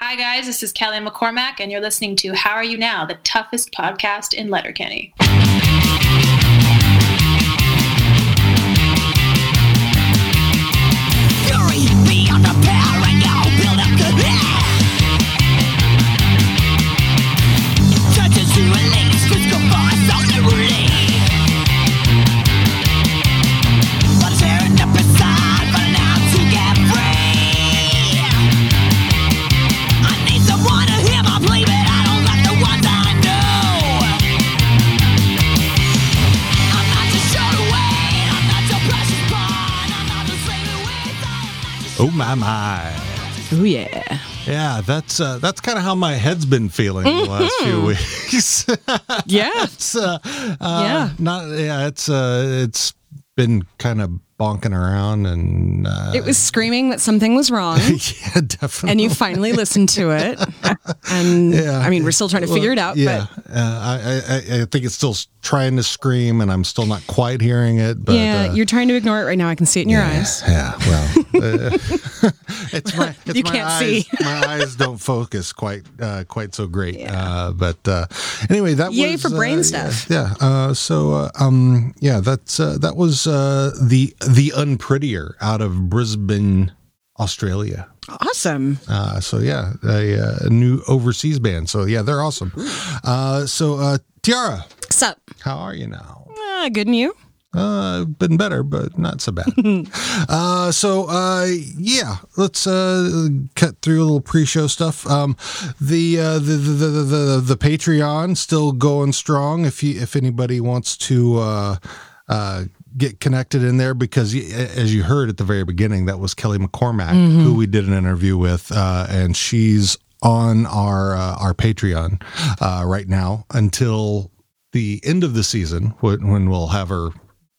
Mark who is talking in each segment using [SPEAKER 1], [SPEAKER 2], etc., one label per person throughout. [SPEAKER 1] Hi, guys. This is Kelly McCormack, and you're listening to How Are You Now, the toughest podcast in Letterkenny.
[SPEAKER 2] Fury beyond the power and now build up the air. Judges who release physical force on the relief. But tearing up inside, but now to get free. I need someone to hear my plea, but I don't like the ones I know. I'm not your shoulder weight, I'm not your precious pawn, I'm not your slave weight, I'm not your
[SPEAKER 3] Oh my my.
[SPEAKER 4] Oh yeah.
[SPEAKER 3] Yeah, that's uh, that's kind of how my head's been feeling the last few
[SPEAKER 4] Mm-hmm.
[SPEAKER 3] weeks.
[SPEAKER 4] Yeah.
[SPEAKER 3] it's uh, uh,
[SPEAKER 4] Yeah.
[SPEAKER 3] not yeah, it's uh, it's been kind of bonking around and uh,
[SPEAKER 4] it was screaming that something was wrong.
[SPEAKER 3] yeah, definitely.
[SPEAKER 4] And you finally listened to it. And
[SPEAKER 3] Yeah.
[SPEAKER 4] I mean, we're still trying to figure it out,
[SPEAKER 3] yeah, uh, I, I I think it's still s- trying to scream, and I'm still not quite hearing it.
[SPEAKER 4] but
[SPEAKER 3] But
[SPEAKER 4] yeah,
[SPEAKER 3] uh,
[SPEAKER 4] you're trying to ignore it right now. I can see it in your eyes.
[SPEAKER 3] Yeah, well, uh, it's my it's
[SPEAKER 4] You
[SPEAKER 3] my
[SPEAKER 4] can't
[SPEAKER 3] eyes.
[SPEAKER 4] see.
[SPEAKER 3] my eyes don't focus quite uh, quite so great. Uh, but uh, anyway, that
[SPEAKER 4] Yay
[SPEAKER 3] was
[SPEAKER 4] for brain
[SPEAKER 3] uh,
[SPEAKER 4] stuff.
[SPEAKER 3] Yeah. yeah. Uh, so uh, um, yeah, that's uh, that was uh, the the unprettier out of Brisbane, Australia.
[SPEAKER 4] Awesome.
[SPEAKER 3] Uh, so yeah, a, uh, a new overseas band. So yeah, they're awesome. Uh, so uh, Tiara,
[SPEAKER 4] Sup?
[SPEAKER 3] how are you now?
[SPEAKER 4] Ah, good and you?
[SPEAKER 3] Uh, been better, but not so bad. uh, so uh, yeah, let's uh, cut through a little pre-show stuff. Um, the, uh, the, the the the the Patreon still going strong. If you if anybody wants to. Uh, uh, Get connected in there because, y- as you heard at the very beginning, that was Kelly McCormack, who we did an interview with, uh, and she's on our uh, our Patreon uh, right now until the end of the season when, when we'll have her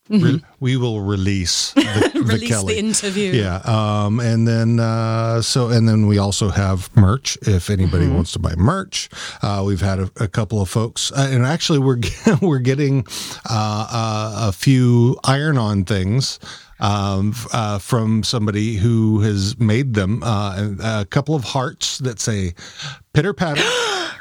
[SPEAKER 3] re- we will release the, the
[SPEAKER 4] Mm-hmm. Release
[SPEAKER 3] Kelly.
[SPEAKER 4] the interview.
[SPEAKER 3] yeah, um, and then uh, so and then we also have merch. If anybody
[SPEAKER 4] Mm-hmm.
[SPEAKER 3] wants to buy merch, uh, we've had a, a couple of folks, uh, and actually we're get- we're getting uh, uh, a few iron-on things um, f- uh, from somebody who has made them. Uh, and a couple of hearts that say "pitter patter,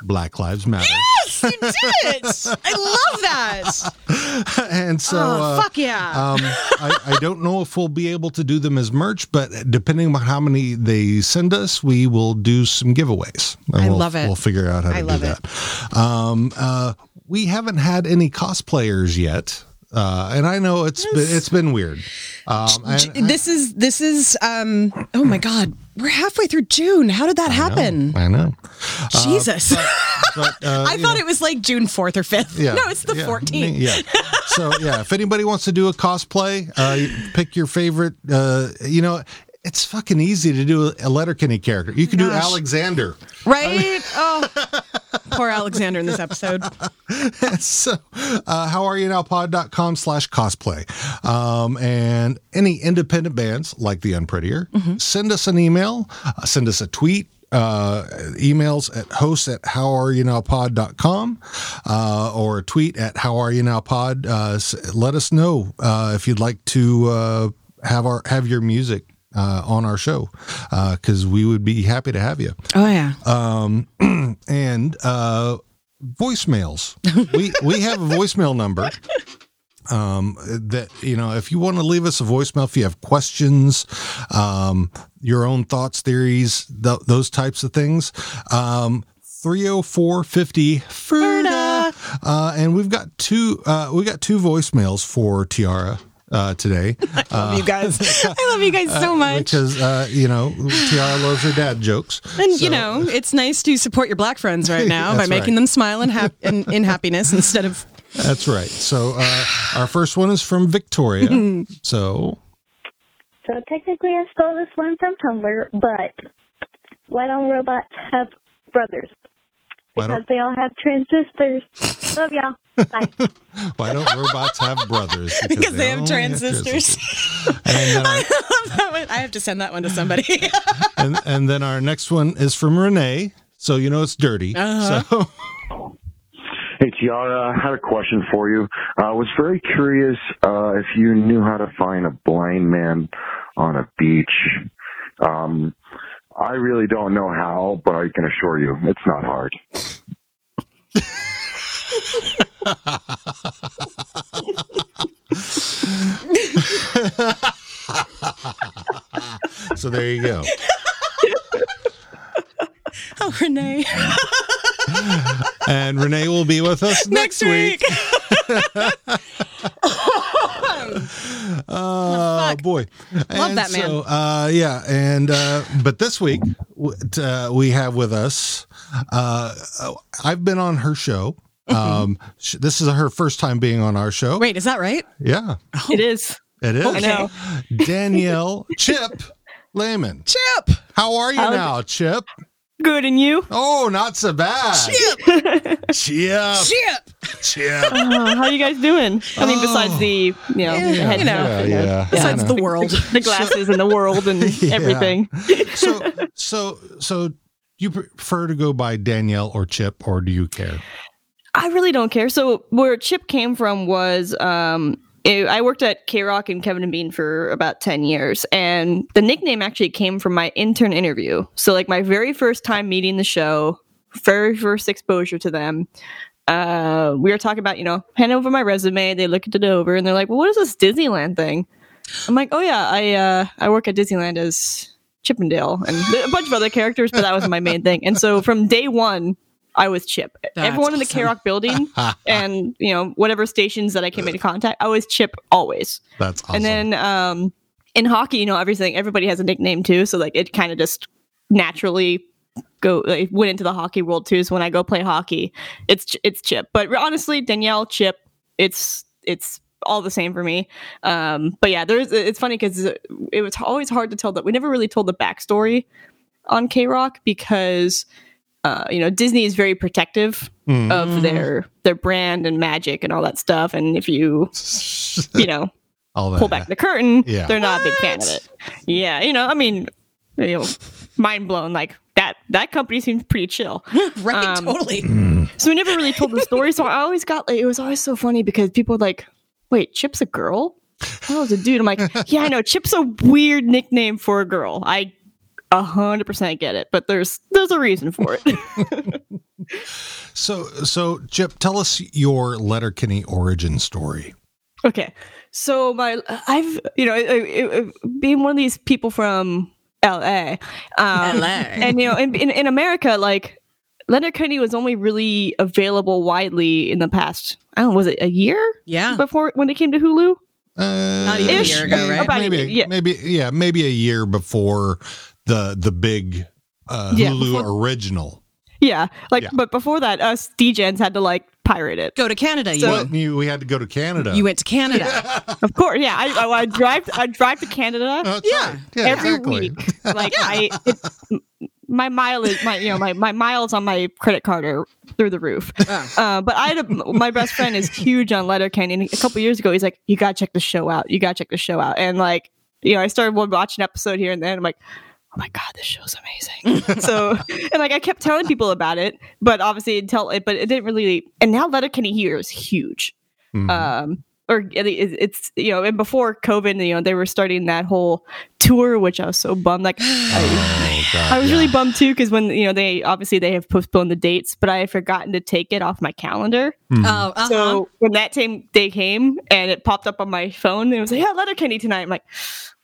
[SPEAKER 3] Black Lives Matter,"
[SPEAKER 4] Yes, you did it. I love that.
[SPEAKER 3] and so.
[SPEAKER 4] oh,
[SPEAKER 3] uh,
[SPEAKER 4] fuck yeah.
[SPEAKER 3] Um, I, I don't know if we'll be able to do them as merch, but depending on how many they send us, we will do some giveaways. And
[SPEAKER 4] I
[SPEAKER 3] we'll,
[SPEAKER 4] love it.
[SPEAKER 3] We'll figure out how to
[SPEAKER 4] I love
[SPEAKER 3] do
[SPEAKER 4] it.
[SPEAKER 3] that. Um, uh, we haven't had any cosplayers yet. Uh, and I know it's been, it's been weird. Um, and
[SPEAKER 4] this is this is um oh my god. We're halfway through June. How did that happen?
[SPEAKER 3] I know, Uh,
[SPEAKER 4] Jesus.
[SPEAKER 3] but uh,
[SPEAKER 4] I
[SPEAKER 3] you
[SPEAKER 4] thought
[SPEAKER 3] know.
[SPEAKER 4] it was like June 4th or 5th.
[SPEAKER 3] Yeah.
[SPEAKER 4] No, it's the
[SPEAKER 3] yeah,
[SPEAKER 4] 14th.
[SPEAKER 3] Yeah. So yeah, if anybody wants to do a cosplay, uh, pick your favorite. Uh, you know, it's fucking easy to do a Letterkenny character. You can do
[SPEAKER 4] Gosh.
[SPEAKER 3] Alexander.
[SPEAKER 4] Right? Oh, poor Alexander in this episode.
[SPEAKER 3] so uh, how are you now pod.com slash cosplay um, and any independent bands like the unprettier send us an email uh, send us a tweet uh, emails at host at how are you now pod.com uh, or tweet at how are you now pod uh, s- let us know uh, if you'd like to uh, have our have your music uh, on our show because we would be happy to have you
[SPEAKER 4] Oh, yeah.
[SPEAKER 3] Uh-uh. and uh, voicemails. we we have a voicemail number. Um, that you know, if you want to leave us a voicemail, if you have questions, um, your own thoughts, theories, th- those types of things, um, 30450 Ferda. Uh, and we've got two, uh, we got two voicemails for Tiara, uh, today,
[SPEAKER 4] love you guys. I love you guys so much.
[SPEAKER 3] because, uh, you know, Tiara loves her dad jokes.
[SPEAKER 4] and
[SPEAKER 3] so-
[SPEAKER 4] you know, it's nice to support your black friends right now by
[SPEAKER 3] That's
[SPEAKER 4] making
[SPEAKER 3] right.
[SPEAKER 4] them smile and hap- in, in happiness instead of
[SPEAKER 3] That's right. So uh, our first one is from Victoria. so
[SPEAKER 5] So technically, I stole this one from Tumblr, but why don't robots have brothers?
[SPEAKER 3] why
[SPEAKER 5] Because
[SPEAKER 3] don't
[SPEAKER 5] they all have transistors. Love y'all. Bye.
[SPEAKER 3] why don't robots have brothers?
[SPEAKER 4] because they have
[SPEAKER 3] only
[SPEAKER 4] transistors.
[SPEAKER 3] transistors. And then, our,
[SPEAKER 4] That one- I have to send that one to somebody.
[SPEAKER 3] and, and then our next one is from Renee. So you know it's dirty.
[SPEAKER 4] Uh-huh.
[SPEAKER 3] So
[SPEAKER 6] Hey, Tiara, I had a question for you. I was very curious uh, if you knew how to find a blind man on a beach. Um, I really don't know how, but I can assure you it's not hard.
[SPEAKER 3] So there you go.
[SPEAKER 4] Oh, Renee.
[SPEAKER 3] And Renee will be with us next, week. Oh
[SPEAKER 4] fuck?
[SPEAKER 3] boy,
[SPEAKER 4] Love
[SPEAKER 3] And
[SPEAKER 4] that man.
[SPEAKER 3] So, uh, yeah, and uh, but this week w- t- uh, we have with us. Uh, oh, I've been on her show.
[SPEAKER 4] Mm-hmm.
[SPEAKER 3] Um, sh- this is her first time being on our show.
[SPEAKER 4] Wait, is that right?
[SPEAKER 3] Yeah,
[SPEAKER 7] It is.
[SPEAKER 3] it is.
[SPEAKER 7] I know.
[SPEAKER 3] Danielle Chip Lehman.
[SPEAKER 4] Chip.
[SPEAKER 3] How are you
[SPEAKER 7] How's-
[SPEAKER 3] now, Chip?
[SPEAKER 7] Good, and you?
[SPEAKER 3] Oh, not so bad. Chip. Chip.
[SPEAKER 4] Chip.
[SPEAKER 3] Chip.
[SPEAKER 7] Uh, how you guys doing? I mean, besides the, you know, the
[SPEAKER 3] Yeah,
[SPEAKER 7] head
[SPEAKER 4] you know.
[SPEAKER 7] stuff and
[SPEAKER 3] Yeah,
[SPEAKER 7] the-
[SPEAKER 3] yeah.
[SPEAKER 4] Besides
[SPEAKER 3] I
[SPEAKER 4] the world.
[SPEAKER 7] the glasses and the world and
[SPEAKER 3] Yeah.
[SPEAKER 7] everything.
[SPEAKER 3] so so so you prefer to go by Danielle or Chip or do you care?
[SPEAKER 7] I really don't care. So where Chip came from was um it, I worked at K Rock and Kevin and Bean for about ten years, and the nickname actually came from my intern interview. So like my very first time meeting the show, very first exposure to them. Uh, we were talking about, you know, hand over my resume. They looked it over and they're like, "Well, what is this Disneyland thing?" I'm like, "Oh yeah, I uh, I work at Disneyland as Chippendale and a bunch of other characters, but that was my main thing." And so from day one, I was Chip.
[SPEAKER 4] That's
[SPEAKER 7] Everyone in the
[SPEAKER 4] awesome.
[SPEAKER 7] K Rock building and you know whatever stations that I came into contact, I was Chip always.
[SPEAKER 3] That's awesome.
[SPEAKER 7] And then um, in hockey, you know everything. Everybody has a nickname too, so like it kind of just naturally go like, went into the hockey world too. So when I go play hockey, it's Ch- it's Chip. But honestly, Danielle Chip, it's it's all the same for me. Um, but yeah, there's it's funny because it was always hard to tell that we never really told the backstory on K Rock because uh, you know Disney is very protective
[SPEAKER 3] Mm.
[SPEAKER 7] of their their brand and magic and all that stuff. And if you you know
[SPEAKER 3] all that.
[SPEAKER 7] pull back the curtain,
[SPEAKER 3] Yeah.
[SPEAKER 7] they're not a big fan of it. Yeah, you know, I mean, you know, mind blown. Like that that company seems pretty chill.
[SPEAKER 4] Right,
[SPEAKER 7] Um,
[SPEAKER 4] totally.
[SPEAKER 7] So we never really told the story. So I always got like it was always so funny because people were like, wait, Chip's a girl? Oh, it's a dude. I'm like, yeah, I know. Chip's a weird nickname for a girl. I a hundred percent get it, but there's there's a reason for it.
[SPEAKER 3] So so Chip, tell us your Letterkenny origin story.
[SPEAKER 7] Okay, so my I've you know I, I, I, being one of these people from L.A. Um, and you know in, in in America like Leonard Kennedy was only really available widely in the past I don't know, was it a year
[SPEAKER 4] Yeah.
[SPEAKER 7] before when it came to Hulu
[SPEAKER 3] Uh,
[SPEAKER 4] Not even
[SPEAKER 7] a Ish. year ago, right? About a
[SPEAKER 3] Maybe
[SPEAKER 7] year, yeah.
[SPEAKER 3] maybe yeah, maybe a year before the the big uh,
[SPEAKER 7] Yeah,
[SPEAKER 3] Hulu
[SPEAKER 7] before-
[SPEAKER 3] original.
[SPEAKER 7] yeah like
[SPEAKER 3] Yeah.
[SPEAKER 7] but before that us DJs had to like pirate it
[SPEAKER 4] Go to Canada. You,
[SPEAKER 3] Well, you- we had to go to Canada.
[SPEAKER 4] you went to Canada.
[SPEAKER 7] of course yeah I I, I drive I drive to Canada
[SPEAKER 3] Oh, That's
[SPEAKER 4] Yeah.
[SPEAKER 3] right. yeah,
[SPEAKER 7] every
[SPEAKER 3] exactly.
[SPEAKER 7] week. Like I, it, m- my mileage, my you know, my, my miles on my credit card are through the roof. Uh, but I, had a, my best friend is huge on Letterkenny. And a couple years ago, he's like, "You gotta check the show out. You gotta check the show out." And like, you know, I started wa- watching episode here and then. I'm like. Oh my god, this show's amazing! so, and like I kept telling people about it, but obviously it tell it, but it didn't really. And now Letterkenny here is huge
[SPEAKER 3] Mhm.
[SPEAKER 7] um or it- it- it's you know and before covid you know they were starting that whole tour which i was so bummed like
[SPEAKER 3] oh, God,
[SPEAKER 7] i was
[SPEAKER 3] yeah.
[SPEAKER 7] really bummed too because when you know they obviously they have postponed the dates but i had forgotten to take it off my calendar
[SPEAKER 3] Mhm.
[SPEAKER 4] Oh, uh-huh.
[SPEAKER 7] so when that same day came and it popped up on my phone and it was like yeah letterkenny tonight i'm like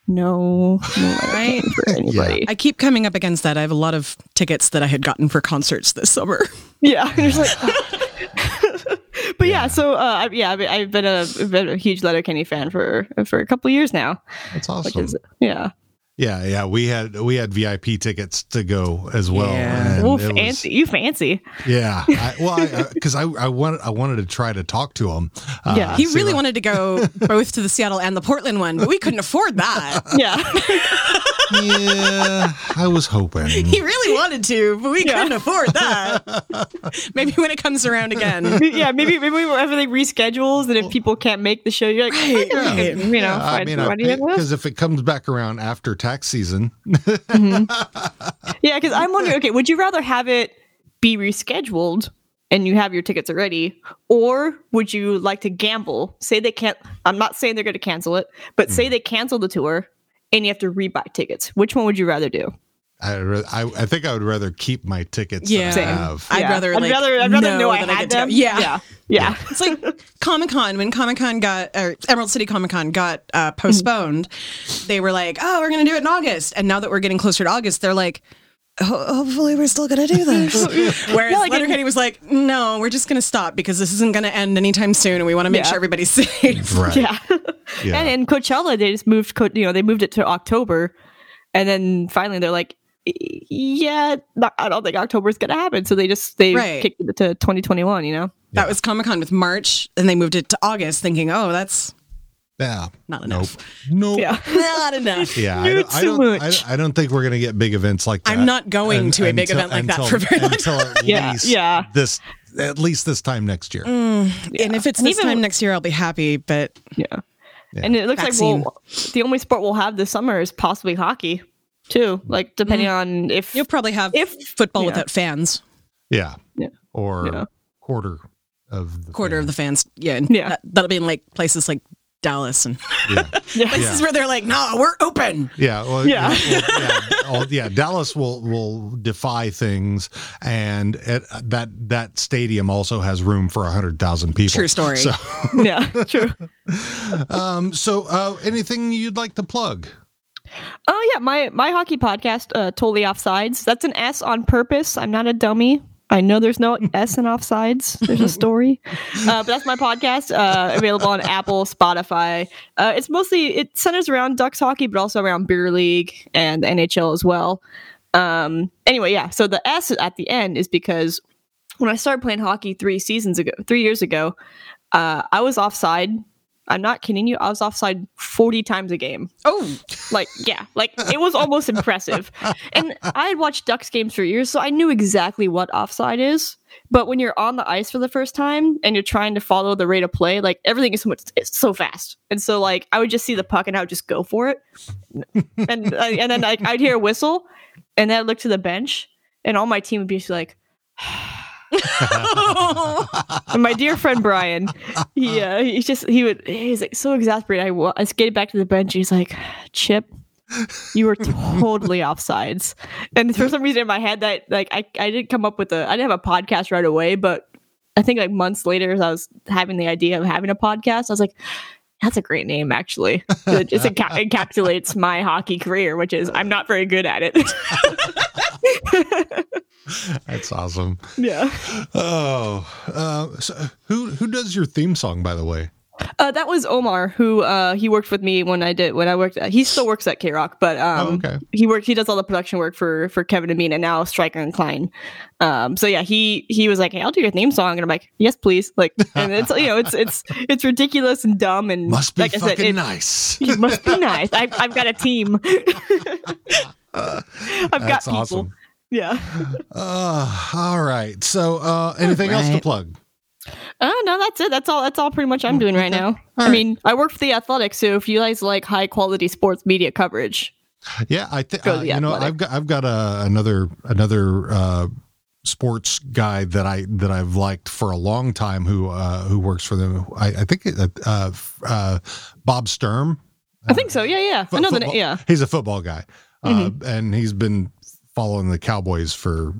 [SPEAKER 7] no no
[SPEAKER 4] Right.
[SPEAKER 7] right for anybody
[SPEAKER 4] I keep coming up against that. I have a lot of tickets that I had gotten for concerts this summer.
[SPEAKER 7] yeah, And it's like but yeah, so uh, I- yeah I- i've been a, been a huge letterkenny fan for for a couple years now
[SPEAKER 3] That's
[SPEAKER 7] which
[SPEAKER 3] awesome.
[SPEAKER 7] is yeah
[SPEAKER 3] Yeah, yeah, we had we had VIP tickets to go as well.
[SPEAKER 4] Yeah.
[SPEAKER 3] and
[SPEAKER 7] Ooh,
[SPEAKER 3] it was-
[SPEAKER 7] fancy. You fancy.
[SPEAKER 3] Yeah, I, well, because I, I, wanted I wanted to try to talk to him. Uh,
[SPEAKER 7] Yeah.
[SPEAKER 4] He
[SPEAKER 3] see
[SPEAKER 4] really
[SPEAKER 3] what-
[SPEAKER 4] wanted to go both to the Seattle and the Portland one, but we couldn't afford that.
[SPEAKER 7] Yeah.
[SPEAKER 3] Yeah, I was hoping.
[SPEAKER 4] He really wanted to, but we
[SPEAKER 7] Yeah.
[SPEAKER 4] couldn't afford that. Maybe when it comes around again.
[SPEAKER 7] yeah. Maybe maybe whenever they reschedules and if people can't make the show, you're like, I know we can, you know,
[SPEAKER 3] Yeah, I
[SPEAKER 7] find
[SPEAKER 3] mean,
[SPEAKER 7] somebody else.
[SPEAKER 3] because if it comes back around after tax season,
[SPEAKER 7] Yeah, because I'm wondering, okay, would you rather have it be rescheduled and you have your tickets already, or would you like to gamble? Say they can't. I'm not saying they're going to
[SPEAKER 3] Mm.
[SPEAKER 7] cancel it, but say they cancel the tour and you have to rebuy tickets. Which one would you rather do?
[SPEAKER 3] I, re- I I think I would rather keep my tickets. than
[SPEAKER 4] Yeah.
[SPEAKER 3] I
[SPEAKER 4] Same.
[SPEAKER 3] have.
[SPEAKER 4] I'd
[SPEAKER 7] Yeah.
[SPEAKER 4] rather,
[SPEAKER 7] I'd
[SPEAKER 4] like,
[SPEAKER 7] rather, I'd rather know,
[SPEAKER 4] know
[SPEAKER 7] I
[SPEAKER 4] that I
[SPEAKER 7] had
[SPEAKER 4] get to
[SPEAKER 7] them.
[SPEAKER 4] go. Yeah.
[SPEAKER 7] yeah, yeah.
[SPEAKER 4] It's like Comic Con when Comic Con got or Emerald City Comic Con got uh, postponed. They were like, "Oh, we're going to do it in August," and now that we're getting closer to August, they're like. "Ho- Hopefully, we're still going to do this. Whereas
[SPEAKER 7] Yeah, like,
[SPEAKER 4] Letterkenny was like, "No, we're just going to stop because this isn't going to end anytime soon, and we want to make
[SPEAKER 7] Yeah.
[SPEAKER 4] sure everybody's safe."
[SPEAKER 3] Right.
[SPEAKER 7] Yeah.
[SPEAKER 3] Yeah.
[SPEAKER 7] And in Coachella, they just moved, Co- you know, they moved it to October. And then finally they're like, yeah, not- I don't think October's going to happen. So they just, they
[SPEAKER 4] Right.
[SPEAKER 7] kicked it to 2021, you know?
[SPEAKER 4] That was Comic Con with March, and they moved it to August, thinking, "Oh, that's
[SPEAKER 3] Yeah.
[SPEAKER 4] Not
[SPEAKER 3] nope.
[SPEAKER 4] enough.
[SPEAKER 3] Nope.
[SPEAKER 7] Yeah.
[SPEAKER 4] not enough."
[SPEAKER 3] Yeah, I don't, I,
[SPEAKER 7] too
[SPEAKER 3] don't
[SPEAKER 7] much.
[SPEAKER 3] I, I don't think we're gonna get big events like that.
[SPEAKER 4] I'm not going to a big event like that for very long
[SPEAKER 3] until at
[SPEAKER 7] Yeah,
[SPEAKER 3] least
[SPEAKER 7] yeah.
[SPEAKER 3] this at least this time next year.
[SPEAKER 4] Mm. And if it's
[SPEAKER 7] And
[SPEAKER 4] this
[SPEAKER 7] even-
[SPEAKER 4] time next year, I'll be happy. But
[SPEAKER 7] Yeah. And it looks
[SPEAKER 4] Vaccine.
[SPEAKER 7] like well, the only sport we'll have this summer is possibly hockey, too. Like, depending
[SPEAKER 4] Mm-hmm.
[SPEAKER 7] on if.
[SPEAKER 4] you'll probably have
[SPEAKER 7] If-
[SPEAKER 4] football
[SPEAKER 7] yeah.
[SPEAKER 4] without fans.
[SPEAKER 3] Yeah.
[SPEAKER 7] Yeah.
[SPEAKER 3] Or
[SPEAKER 7] Yeah.
[SPEAKER 3] quarter of the
[SPEAKER 4] quarter of the fans. Yeah, and
[SPEAKER 7] Yeah.
[SPEAKER 4] That, that'll be in like places like Dallas and
[SPEAKER 3] yeah.
[SPEAKER 7] Yeah.
[SPEAKER 4] places where they're like, "No, we're open."
[SPEAKER 3] Yeah, well,
[SPEAKER 7] Yeah.
[SPEAKER 3] well, yeah, all- yeah, Dallas will will defy things, and it, that that stadium also has room for hundred thousand people.
[SPEAKER 4] True story.
[SPEAKER 3] So,
[SPEAKER 7] yeah, true.
[SPEAKER 3] um, so uh, anything you'd like to plug?
[SPEAKER 7] Oh yeah, my my hockey podcast, uh, totally offsides. That's an S on purpose. I'm not a dummy. I know there's no S in offsides. There's a story, uh, but that's my podcast. Uh, available on Apple, Spotify. Uh, it's mostly it centers around Ducks hockey, but also around beer league and NHL as well. Um, anyway, yeah. So the S at the end is because when I started playing hockey three seasons ago, three years ago, uh, I was offside. I'm not kidding you. I was offside 40 times a game.
[SPEAKER 4] Oh,
[SPEAKER 7] Like, yeah, like it was almost impressive. And I had watched Ducks games for years, so I knew exactly what offside is. But when you're on the ice for the first time and you're trying to follow the rate of play, like everything is so much it's so fast. And so, like, I would just see the puck and I would just go for it. And I- and then like I'd hear a whistle, and then I'd look to the bench, and all my team would be just like. and my dear friend Brian, he uh, he's just he would he's like so exasperated. I, wa- I skated back to the bench. He's like, Chip, you were totally offsides. And for some reason in my head that like I, I didn't come up with a I didn't have a podcast right away, but I think like months later as I was having the idea of having a podcast, I was like, that's a great name actually. It just enca- encapsulates my hockey career, which is I'm not very good at it.
[SPEAKER 3] That's awesome.
[SPEAKER 7] yeah.
[SPEAKER 3] Oh, uh, so who who does your theme song? By the way,
[SPEAKER 7] Uh, that was Omar, who uh, he worked with me when I did when I worked. At, he still works at K Rock, but um,
[SPEAKER 3] Oh, okay.
[SPEAKER 7] he worked. He does all the production work for for Kevin and Bean, and now Stryker and Klein. Um, so yeah, he he was like, "Hey, I'll do your theme song," and I'm like, "Yes, please!" Like, and it's you know, it's it's it's ridiculous and dumb and
[SPEAKER 3] must be
[SPEAKER 7] like I said,
[SPEAKER 3] fucking
[SPEAKER 7] it-
[SPEAKER 3] nice.
[SPEAKER 7] it must be nice. I've I've got a team. I've got
[SPEAKER 3] That's
[SPEAKER 7] people.
[SPEAKER 3] awesome.
[SPEAKER 7] Yeah.
[SPEAKER 3] Uh, all right. So, uh, anything else to
[SPEAKER 4] right.
[SPEAKER 3] plug?
[SPEAKER 7] Oh no, that's it. That's all. That's all. Pretty much,
[SPEAKER 3] Mm,
[SPEAKER 7] I'm doing right now. I mean, I work for the Athletic, so if you guys like high quality sports media coverage,
[SPEAKER 3] Yeah, I think
[SPEAKER 7] Go to
[SPEAKER 3] uh,
[SPEAKER 7] the
[SPEAKER 3] you know
[SPEAKER 7] athletic.
[SPEAKER 3] I've got I've got a, another another uh, sports guy that I that I've liked for a long time who uh, who works for them. I, I think uh, uh, f- uh, Bob Sturm.
[SPEAKER 7] I think so. Yeah, yeah.
[SPEAKER 3] Fo-
[SPEAKER 7] I know the
[SPEAKER 3] football-
[SPEAKER 7] yeah. Mm-hmm.
[SPEAKER 3] he's a football guy, uh, and he's been following the Cowboys for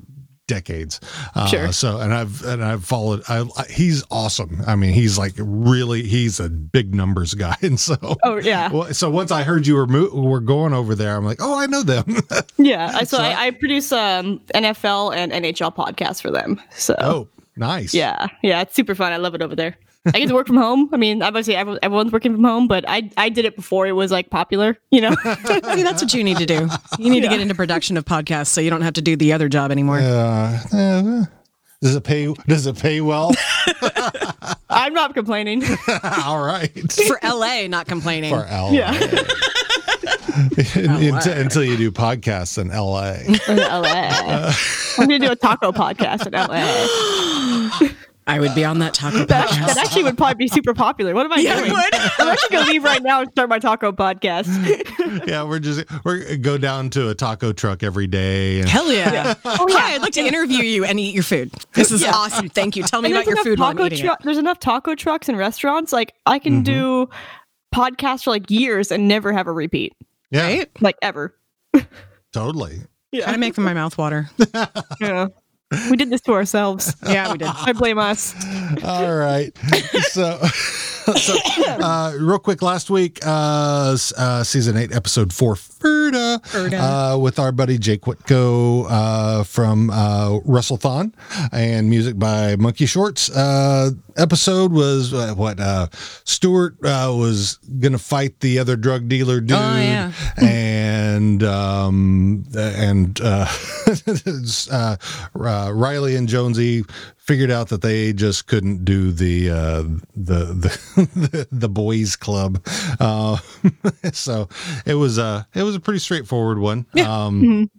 [SPEAKER 3] decades. Uh,
[SPEAKER 7] Sure.
[SPEAKER 3] So, and I've and I've followed. I, I- he's awesome. I mean, he's like really he's a big numbers guy, and so.
[SPEAKER 7] Oh yeah,
[SPEAKER 3] Well, so once I heard you were mo- were going over there, I'm like, oh, I know them.
[SPEAKER 7] yeah. I, so I, I produce um NFL and NHL podcasts for them. So
[SPEAKER 3] oh, nice.
[SPEAKER 7] yeah, yeah. It's super fun. I love it over there. I get to work from home. I mean, obviously everyone- everyone's working from home, but I I did it before it was like popular. You know.
[SPEAKER 4] see, that's what you need to do. You need to get into production of podcasts so you don't have to do the other job anymore.
[SPEAKER 3] Uh, uh, does it pay? Does it pay well?
[SPEAKER 7] I'm not complaining.
[SPEAKER 3] All right.
[SPEAKER 4] For LA, not complaining.
[SPEAKER 3] For L.
[SPEAKER 7] Yeah.
[SPEAKER 3] until, until you do podcasts in LA.
[SPEAKER 7] In LA.
[SPEAKER 3] Uh,
[SPEAKER 7] I'm gonna do a taco podcast in LA.
[SPEAKER 4] I would be on that taco
[SPEAKER 7] That actually, that
[SPEAKER 4] podcast.
[SPEAKER 7] actually would probably be super popular. What am I
[SPEAKER 4] Yeah, it
[SPEAKER 7] doing?
[SPEAKER 4] would.
[SPEAKER 7] I'm actually gonna leave right now and start my taco podcast.
[SPEAKER 3] yeah, we're just we're go down to a taco truck every day. And,
[SPEAKER 4] Hell yeah.
[SPEAKER 7] Oh
[SPEAKER 4] Hi, I'd like to interview you and eat your food. This is awesome. Thank you. Tell me
[SPEAKER 7] And
[SPEAKER 4] about
[SPEAKER 7] there's
[SPEAKER 4] your
[SPEAKER 7] enough
[SPEAKER 4] food while I'm
[SPEAKER 7] taco
[SPEAKER 4] eating
[SPEAKER 7] truck- There's enough taco trucks and restaurants. Like I can
[SPEAKER 8] Mm-hmm.
[SPEAKER 7] do podcasts for like years and never have a repeat,
[SPEAKER 3] yeah,
[SPEAKER 4] it. Right?
[SPEAKER 7] like ever.
[SPEAKER 3] totally.
[SPEAKER 4] Kind of making my mouth water.
[SPEAKER 7] Yeah. We did this to ourselves.
[SPEAKER 4] Yeah, we did.
[SPEAKER 7] I blame us.
[SPEAKER 3] All right. So, so uh, real quick, last week, uh, s- uh, season eight, episode four, Ferda,
[SPEAKER 4] Ferda.
[SPEAKER 3] Uh, with our buddy Jake Whitko uh, from uh, Russellthon and music by Monkey Shorts. Uh, episode was uh, what uh, Stuart uh, was going to fight the other drug dealer dude.
[SPEAKER 4] yeah.
[SPEAKER 3] And, um, and uh, uh, uh, Riley and Jonesy figured out that they just couldn't do the uh, the the the boys club. Uh, so it was a it was a pretty straightforward one. Um,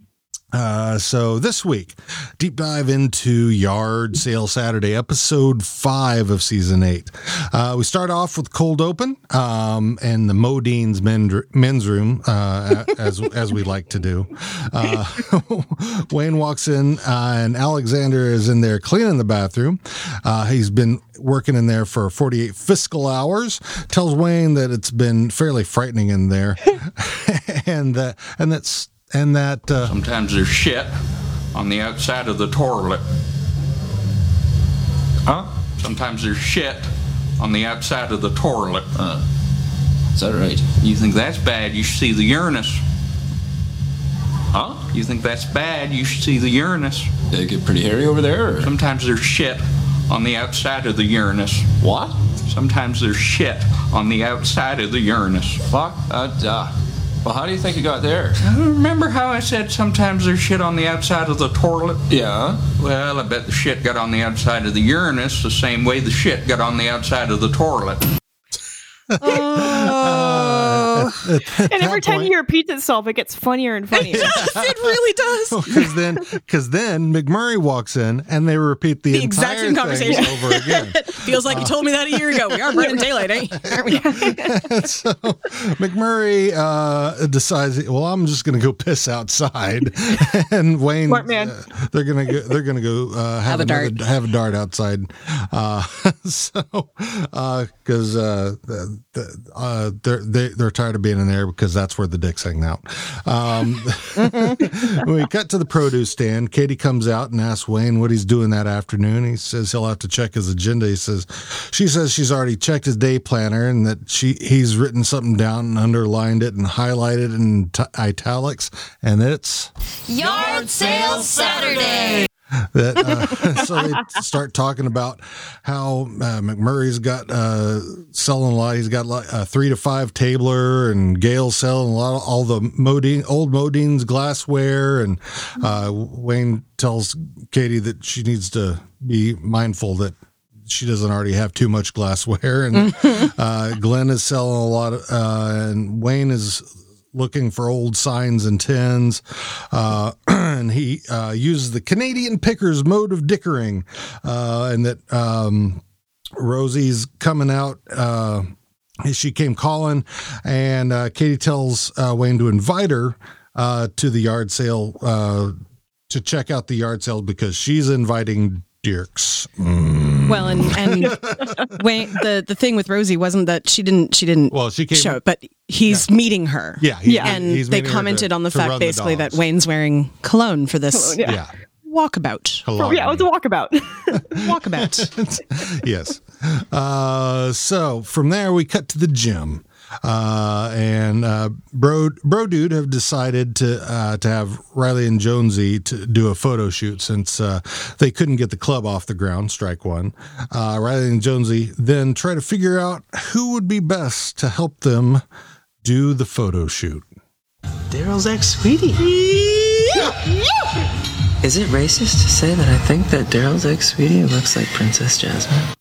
[SPEAKER 3] uh, so this week, deep dive into Yard Sale Saturday, episode five of season eight. Uh, we start off with cold open um, and the Modine's men, men's room, uh, as as we like to do. Uh, Wayne walks in, uh, and Alexander is in there cleaning the bathroom. Uh, he's been working in there for 48 fiscal hours. Tells Wayne that it's been fairly frightening in there, and that and that's. And that uh,
[SPEAKER 9] Sometimes there's shit on the outside of the toilet. Huh? Sometimes there's shit on the outside of the toilet.
[SPEAKER 10] Is that right?
[SPEAKER 9] You think that's bad, you should see the uranus. Huh? You think that's bad, you should see the uranus.
[SPEAKER 10] Did it get pretty hairy over there? Or?
[SPEAKER 9] Sometimes there's shit on the outside of the uranus.
[SPEAKER 10] What?
[SPEAKER 9] Sometimes there's shit on the outside of the uranus.
[SPEAKER 10] Fuck. Uh, duh. Well, how do you think it got there?
[SPEAKER 9] Remember how I said sometimes there's shit on the outside of the toilet?
[SPEAKER 10] Yeah.
[SPEAKER 9] Well, I bet the shit got on the outside of the uranus the same way the shit got on the outside of the toilet.
[SPEAKER 7] Oh. And every
[SPEAKER 3] that
[SPEAKER 7] time
[SPEAKER 3] point-
[SPEAKER 7] you repeat itself, it gets funnier and funnier.
[SPEAKER 4] it really does.
[SPEAKER 3] because then because then McMurray walks in and they repeat the,
[SPEAKER 4] The exact
[SPEAKER 3] entire
[SPEAKER 4] same conversation.
[SPEAKER 3] thing over again.
[SPEAKER 4] Feels like you told me that a year ago. We are burning daylight, ain't aren't we?
[SPEAKER 3] so McMurray uh, decides, well, I'm just going to go piss outside, and Wayne,
[SPEAKER 7] Smart man.
[SPEAKER 3] uh, they're going to go, they're going to go uh, have,
[SPEAKER 4] a
[SPEAKER 3] another-
[SPEAKER 4] dart.
[SPEAKER 3] have a dart outside. Uh, so because uh, the- the- uh, they're they, they're tired of being in there because that's where the dicks hang out. Um, we cut to the produce stand. Katie comes out and asks Wayne what he's doing that afternoon. He says he'll have to check his agenda. He says she says she's already checked his day planner and that she he's written something down and underlined it and highlighted it in t- italics, and it's
[SPEAKER 2] Yard Sale Saturday.
[SPEAKER 3] that uh, so they start talking about how uh, McMurray's got uh, selling a lot. He's got like a three to five tabler, and Gail's selling a lot of all the Modine, old Modine's glassware. And uh, Wayne tells Katie that she needs to be mindful that she doesn't already have too much glassware. And uh, Glenn is selling a lot, of, uh, and Wayne is looking for old signs and tins. Uh, and he uh, uses the Canadian picker's mode of dickering, uh, and that um, Rosie's coming out. Uh, she came calling, and uh, Katie tells uh, Wayne to invite her uh, to the yard sale uh, to check out the yard sale because she's inviting Dirks.
[SPEAKER 4] Well, and and wait, the the thing with Rosie wasn't that she didn't she didn't
[SPEAKER 3] Well, she came.
[SPEAKER 4] show it, but he's meeting her.
[SPEAKER 3] Yeah, he's-
[SPEAKER 7] Yeah.
[SPEAKER 4] and
[SPEAKER 3] he's
[SPEAKER 4] they
[SPEAKER 3] meeting her to-
[SPEAKER 4] commented on the
[SPEAKER 3] to
[SPEAKER 4] fact
[SPEAKER 3] run
[SPEAKER 4] basically that
[SPEAKER 3] dogs.
[SPEAKER 4] Wayne's wearing cologne for this
[SPEAKER 7] yeah.
[SPEAKER 3] Yeah.
[SPEAKER 4] walkabout.
[SPEAKER 3] Hello.
[SPEAKER 7] yeah, it was a walkabout.
[SPEAKER 4] Walkabout.
[SPEAKER 3] yes. Uh, so from there, we cut to the gym. Uh, and uh, Bro Bro Dude have decided to uh, to have Riley and Jonesy to do a photo shoot since uh, they couldn't get the club off the ground. Strike one. Uh, Riley and Jonesy then try to figure out who would be best to help them do the photo shoot.
[SPEAKER 11] Daryl's ex sweetie. Is it racist to say that I think that Daryl's ex sweetie looks like Princess Jasmine?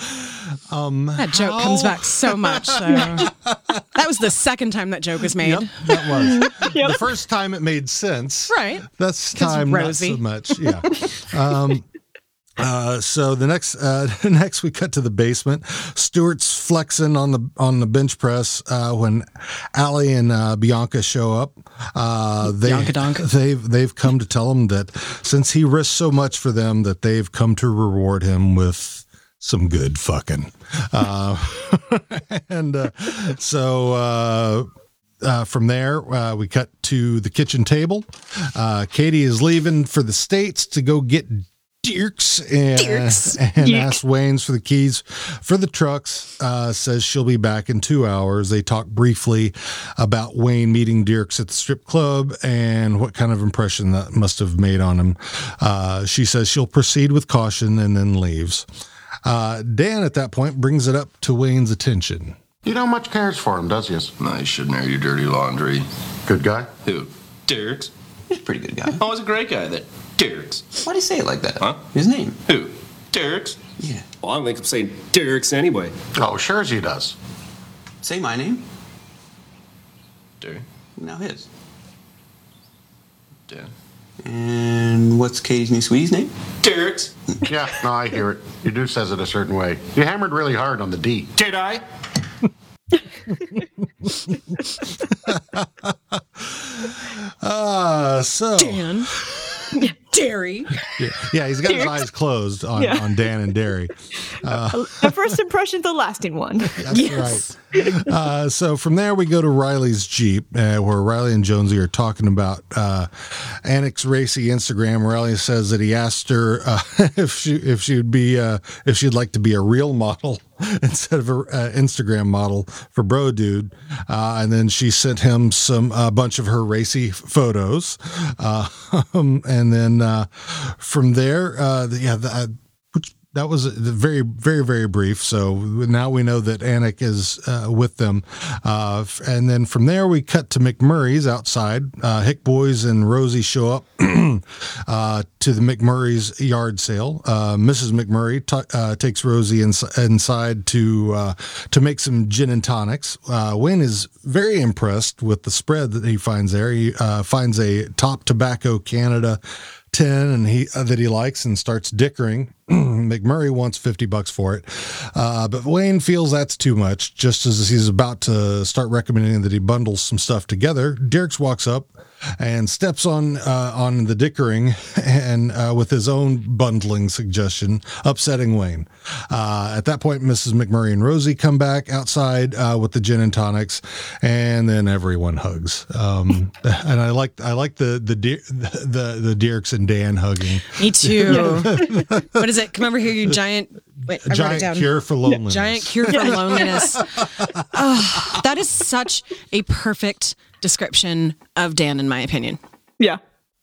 [SPEAKER 4] that joke comes back so much. So. that was the second time that joke was made.
[SPEAKER 3] that was the first time it made sense.
[SPEAKER 4] Right.
[SPEAKER 3] That's time
[SPEAKER 4] Rosie.
[SPEAKER 3] not so much. Yeah. um, uh, so the next uh, next we cut to the basement. Stuart's flexing on the on the bench press uh, when Allie and uh, Bianca show up. Uh, they
[SPEAKER 4] Bianca Donk.
[SPEAKER 3] they've they've come to tell him that since he risked so much for them that they've come to reward him with some good fucking. Uh, and uh, so uh, uh, from there, uh, we cut to the kitchen table. Uh, Katie is leaving for the States to go get Dirks and,
[SPEAKER 4] Dirks.
[SPEAKER 3] and
[SPEAKER 4] Dirk.
[SPEAKER 3] asks Waynes for the keys for the trucks. Uh, says she'll be back in two hours. They talk briefly about Wayne meeting Dirks at the strip club and what kind of impression that must have made on him. Uh, she says she'll proceed with caution and then leaves. Uh, Dan, at that point, brings it up to Wayne's attention.
[SPEAKER 8] You don't much cares for him, does you? No, you shouldn't air your dirty laundry. Good guy? Who? Dirks. He's a pretty good guy. oh, he's a great guy, that Dirks. Why'd he say it like that? Huh? His name. Who? Dirks? Yeah. Well, I don't think I'm saying Dirks anyway. Oh, sure as he does. Say my name. Dirk. Now his. Dan.
[SPEAKER 11] And what's Katie's new sweetie's name?
[SPEAKER 8] Dirks. yeah, no, I hear it. You do says it a certain way. You hammered really hard on the D. Did I?
[SPEAKER 3] Uh, so.
[SPEAKER 4] Dan. Dairy.
[SPEAKER 3] Yeah, yeah, he's got his
[SPEAKER 7] Derek.
[SPEAKER 3] eyes closed on,
[SPEAKER 7] Yeah.
[SPEAKER 3] on Dan and Derry. Uh,
[SPEAKER 7] The first impression, the lasting one.
[SPEAKER 3] that's right. Uh, so from there, we go to Riley's Jeep, uh, where Riley and Jonesy are talking about uh, Annex Racy Instagram. Riley says that he asked her uh, if she if she would be uh, if she'd like to be a real model instead of an uh, Instagram model for Bro Dude, uh, and then she sent him some a bunch of her racy photos, uh, and then uh, from there, uh, the- yeah. The, uh, which that was a- the very, very, very brief. So now we know that Anik is uh, with them. Uh, f- and then from there, we cut to McMurray's outside. Uh, Hick Boys and Rosie show up uh, to the McMurray's yard sale. Uh, Mrs. McMurray t- uh, takes Rosie ins- inside to uh, to make some gin and tonics. Uh, Wynn is very impressed with the spread that he finds there. He uh, finds a top tobacco Canada 10 and he uh, that he likes and starts dickering mcmurray wants 50 bucks for it uh, but wayne feels that's too much just as he's about to start recommending that he bundles some stuff together dirks walks up and steps on uh, on the dickering and uh, with his own bundling suggestion upsetting wayne uh, at that point mrs mcmurray and rosie come back outside uh, with the gin and tonics and then everyone hugs um, and i like i like the the Dir- the the dirks and dan hugging
[SPEAKER 4] Me too. what is it? Come over here, you giant. Wait, I wrote it
[SPEAKER 3] Giant
[SPEAKER 4] down.
[SPEAKER 3] cure for loneliness.
[SPEAKER 4] Giant cure for loneliness. Ugh, that is such a perfect description of Dan, in my opinion.
[SPEAKER 7] Yeah.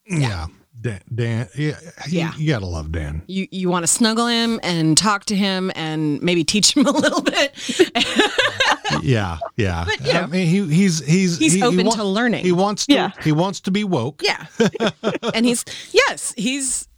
[SPEAKER 3] yeah dan, dan yeah, yeah
[SPEAKER 4] Yeah.
[SPEAKER 3] you gotta love dan
[SPEAKER 4] You you want to snuggle him and talk to him and maybe teach him a little bit.
[SPEAKER 3] yeah, yeah.
[SPEAKER 4] But, you
[SPEAKER 3] I
[SPEAKER 4] know,
[SPEAKER 3] mean, he, he's he's
[SPEAKER 4] he's
[SPEAKER 3] he- he
[SPEAKER 4] open to learning.
[SPEAKER 3] He wants to.
[SPEAKER 4] Yeah.
[SPEAKER 3] He wants to be woke.
[SPEAKER 4] Yeah. and he's yes, he's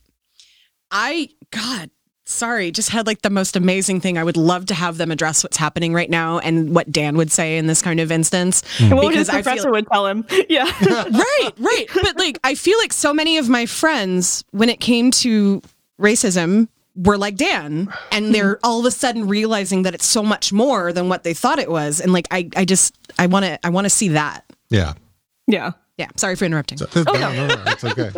[SPEAKER 4] I god, sorry, just had like the most amazing thing. I would love to have them address what's happening right now and what Dan would say in this kind of instance
[SPEAKER 7] And what his
[SPEAKER 4] I feel-
[SPEAKER 7] professor would tell him. Yeah.
[SPEAKER 4] right, right. But like, I feel like so many of my friends, when it came to racism, were like Dan, and they're all of a sudden realizing that it's so much more than what they thought it was. And like, I, I just, I want to, I want to see that.
[SPEAKER 3] Yeah.
[SPEAKER 7] Yeah.
[SPEAKER 4] Yeah. Sorry for interrupting.
[SPEAKER 3] no, no, no, it's okay.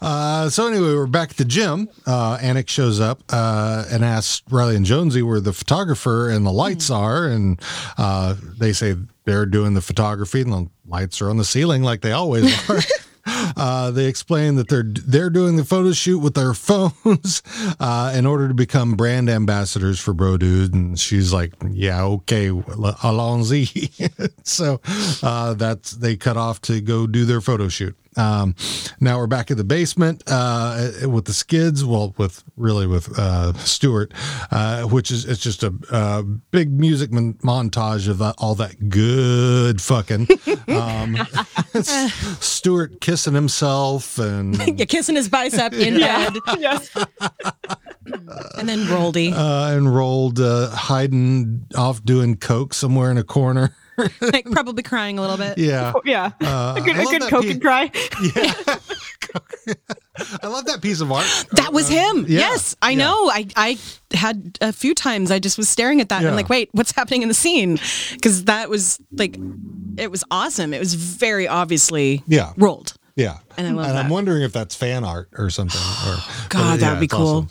[SPEAKER 3] Uh, so anyway, we're back at the gym. Uh, Anik shows up uh, and asks Riley and Jonesy where the photographer and the lights are, and uh, they say they're doing the photography, and the lights are on the ceiling like they always are. Uh, they explain that they're they're doing the photo shoot with their phones uh, in order to become brand ambassadors for Bro Dude, and she's like, "Yeah, okay, well, allons-y." so uh, that's they cut off to go do their photo shoot. Um, now we're back in the basement uh, with the skids. Well, with really with uh, Stuart, uh, which is it's just a, uh big music mon- montage of that, all that good fucking. Um,
[SPEAKER 7] Eh.
[SPEAKER 3] Stuart kissing himself and
[SPEAKER 4] You're kissing his bicep in
[SPEAKER 7] Yeah.
[SPEAKER 4] bed,
[SPEAKER 7] Yes.
[SPEAKER 4] and then Roldy.
[SPEAKER 3] uh, and rolled uh, hiding off doing coke somewhere in a corner.
[SPEAKER 4] like probably crying a little bit.
[SPEAKER 3] Yeah.
[SPEAKER 7] Yeah.
[SPEAKER 3] Uh,
[SPEAKER 7] a good,
[SPEAKER 3] I
[SPEAKER 7] a
[SPEAKER 3] love
[SPEAKER 7] good
[SPEAKER 3] that
[SPEAKER 7] coke
[SPEAKER 3] pe-
[SPEAKER 7] and cry.
[SPEAKER 3] I love that piece of art.
[SPEAKER 4] That was him.
[SPEAKER 3] Um, yeah,
[SPEAKER 4] yes, I
[SPEAKER 3] yeah.
[SPEAKER 4] know. I I had a few times I just was staring at that and
[SPEAKER 3] Yeah.
[SPEAKER 4] I'm like, wait, what's happening in the scene? Because that was like, it was awesome. It was very obviously
[SPEAKER 3] Yeah.
[SPEAKER 4] rolled.
[SPEAKER 3] Yeah.
[SPEAKER 4] And I love
[SPEAKER 3] I'm
[SPEAKER 4] that.
[SPEAKER 3] wondering if that's fan art or something. Or,
[SPEAKER 4] God,
[SPEAKER 3] but,
[SPEAKER 4] that'd be
[SPEAKER 3] it's
[SPEAKER 4] cool.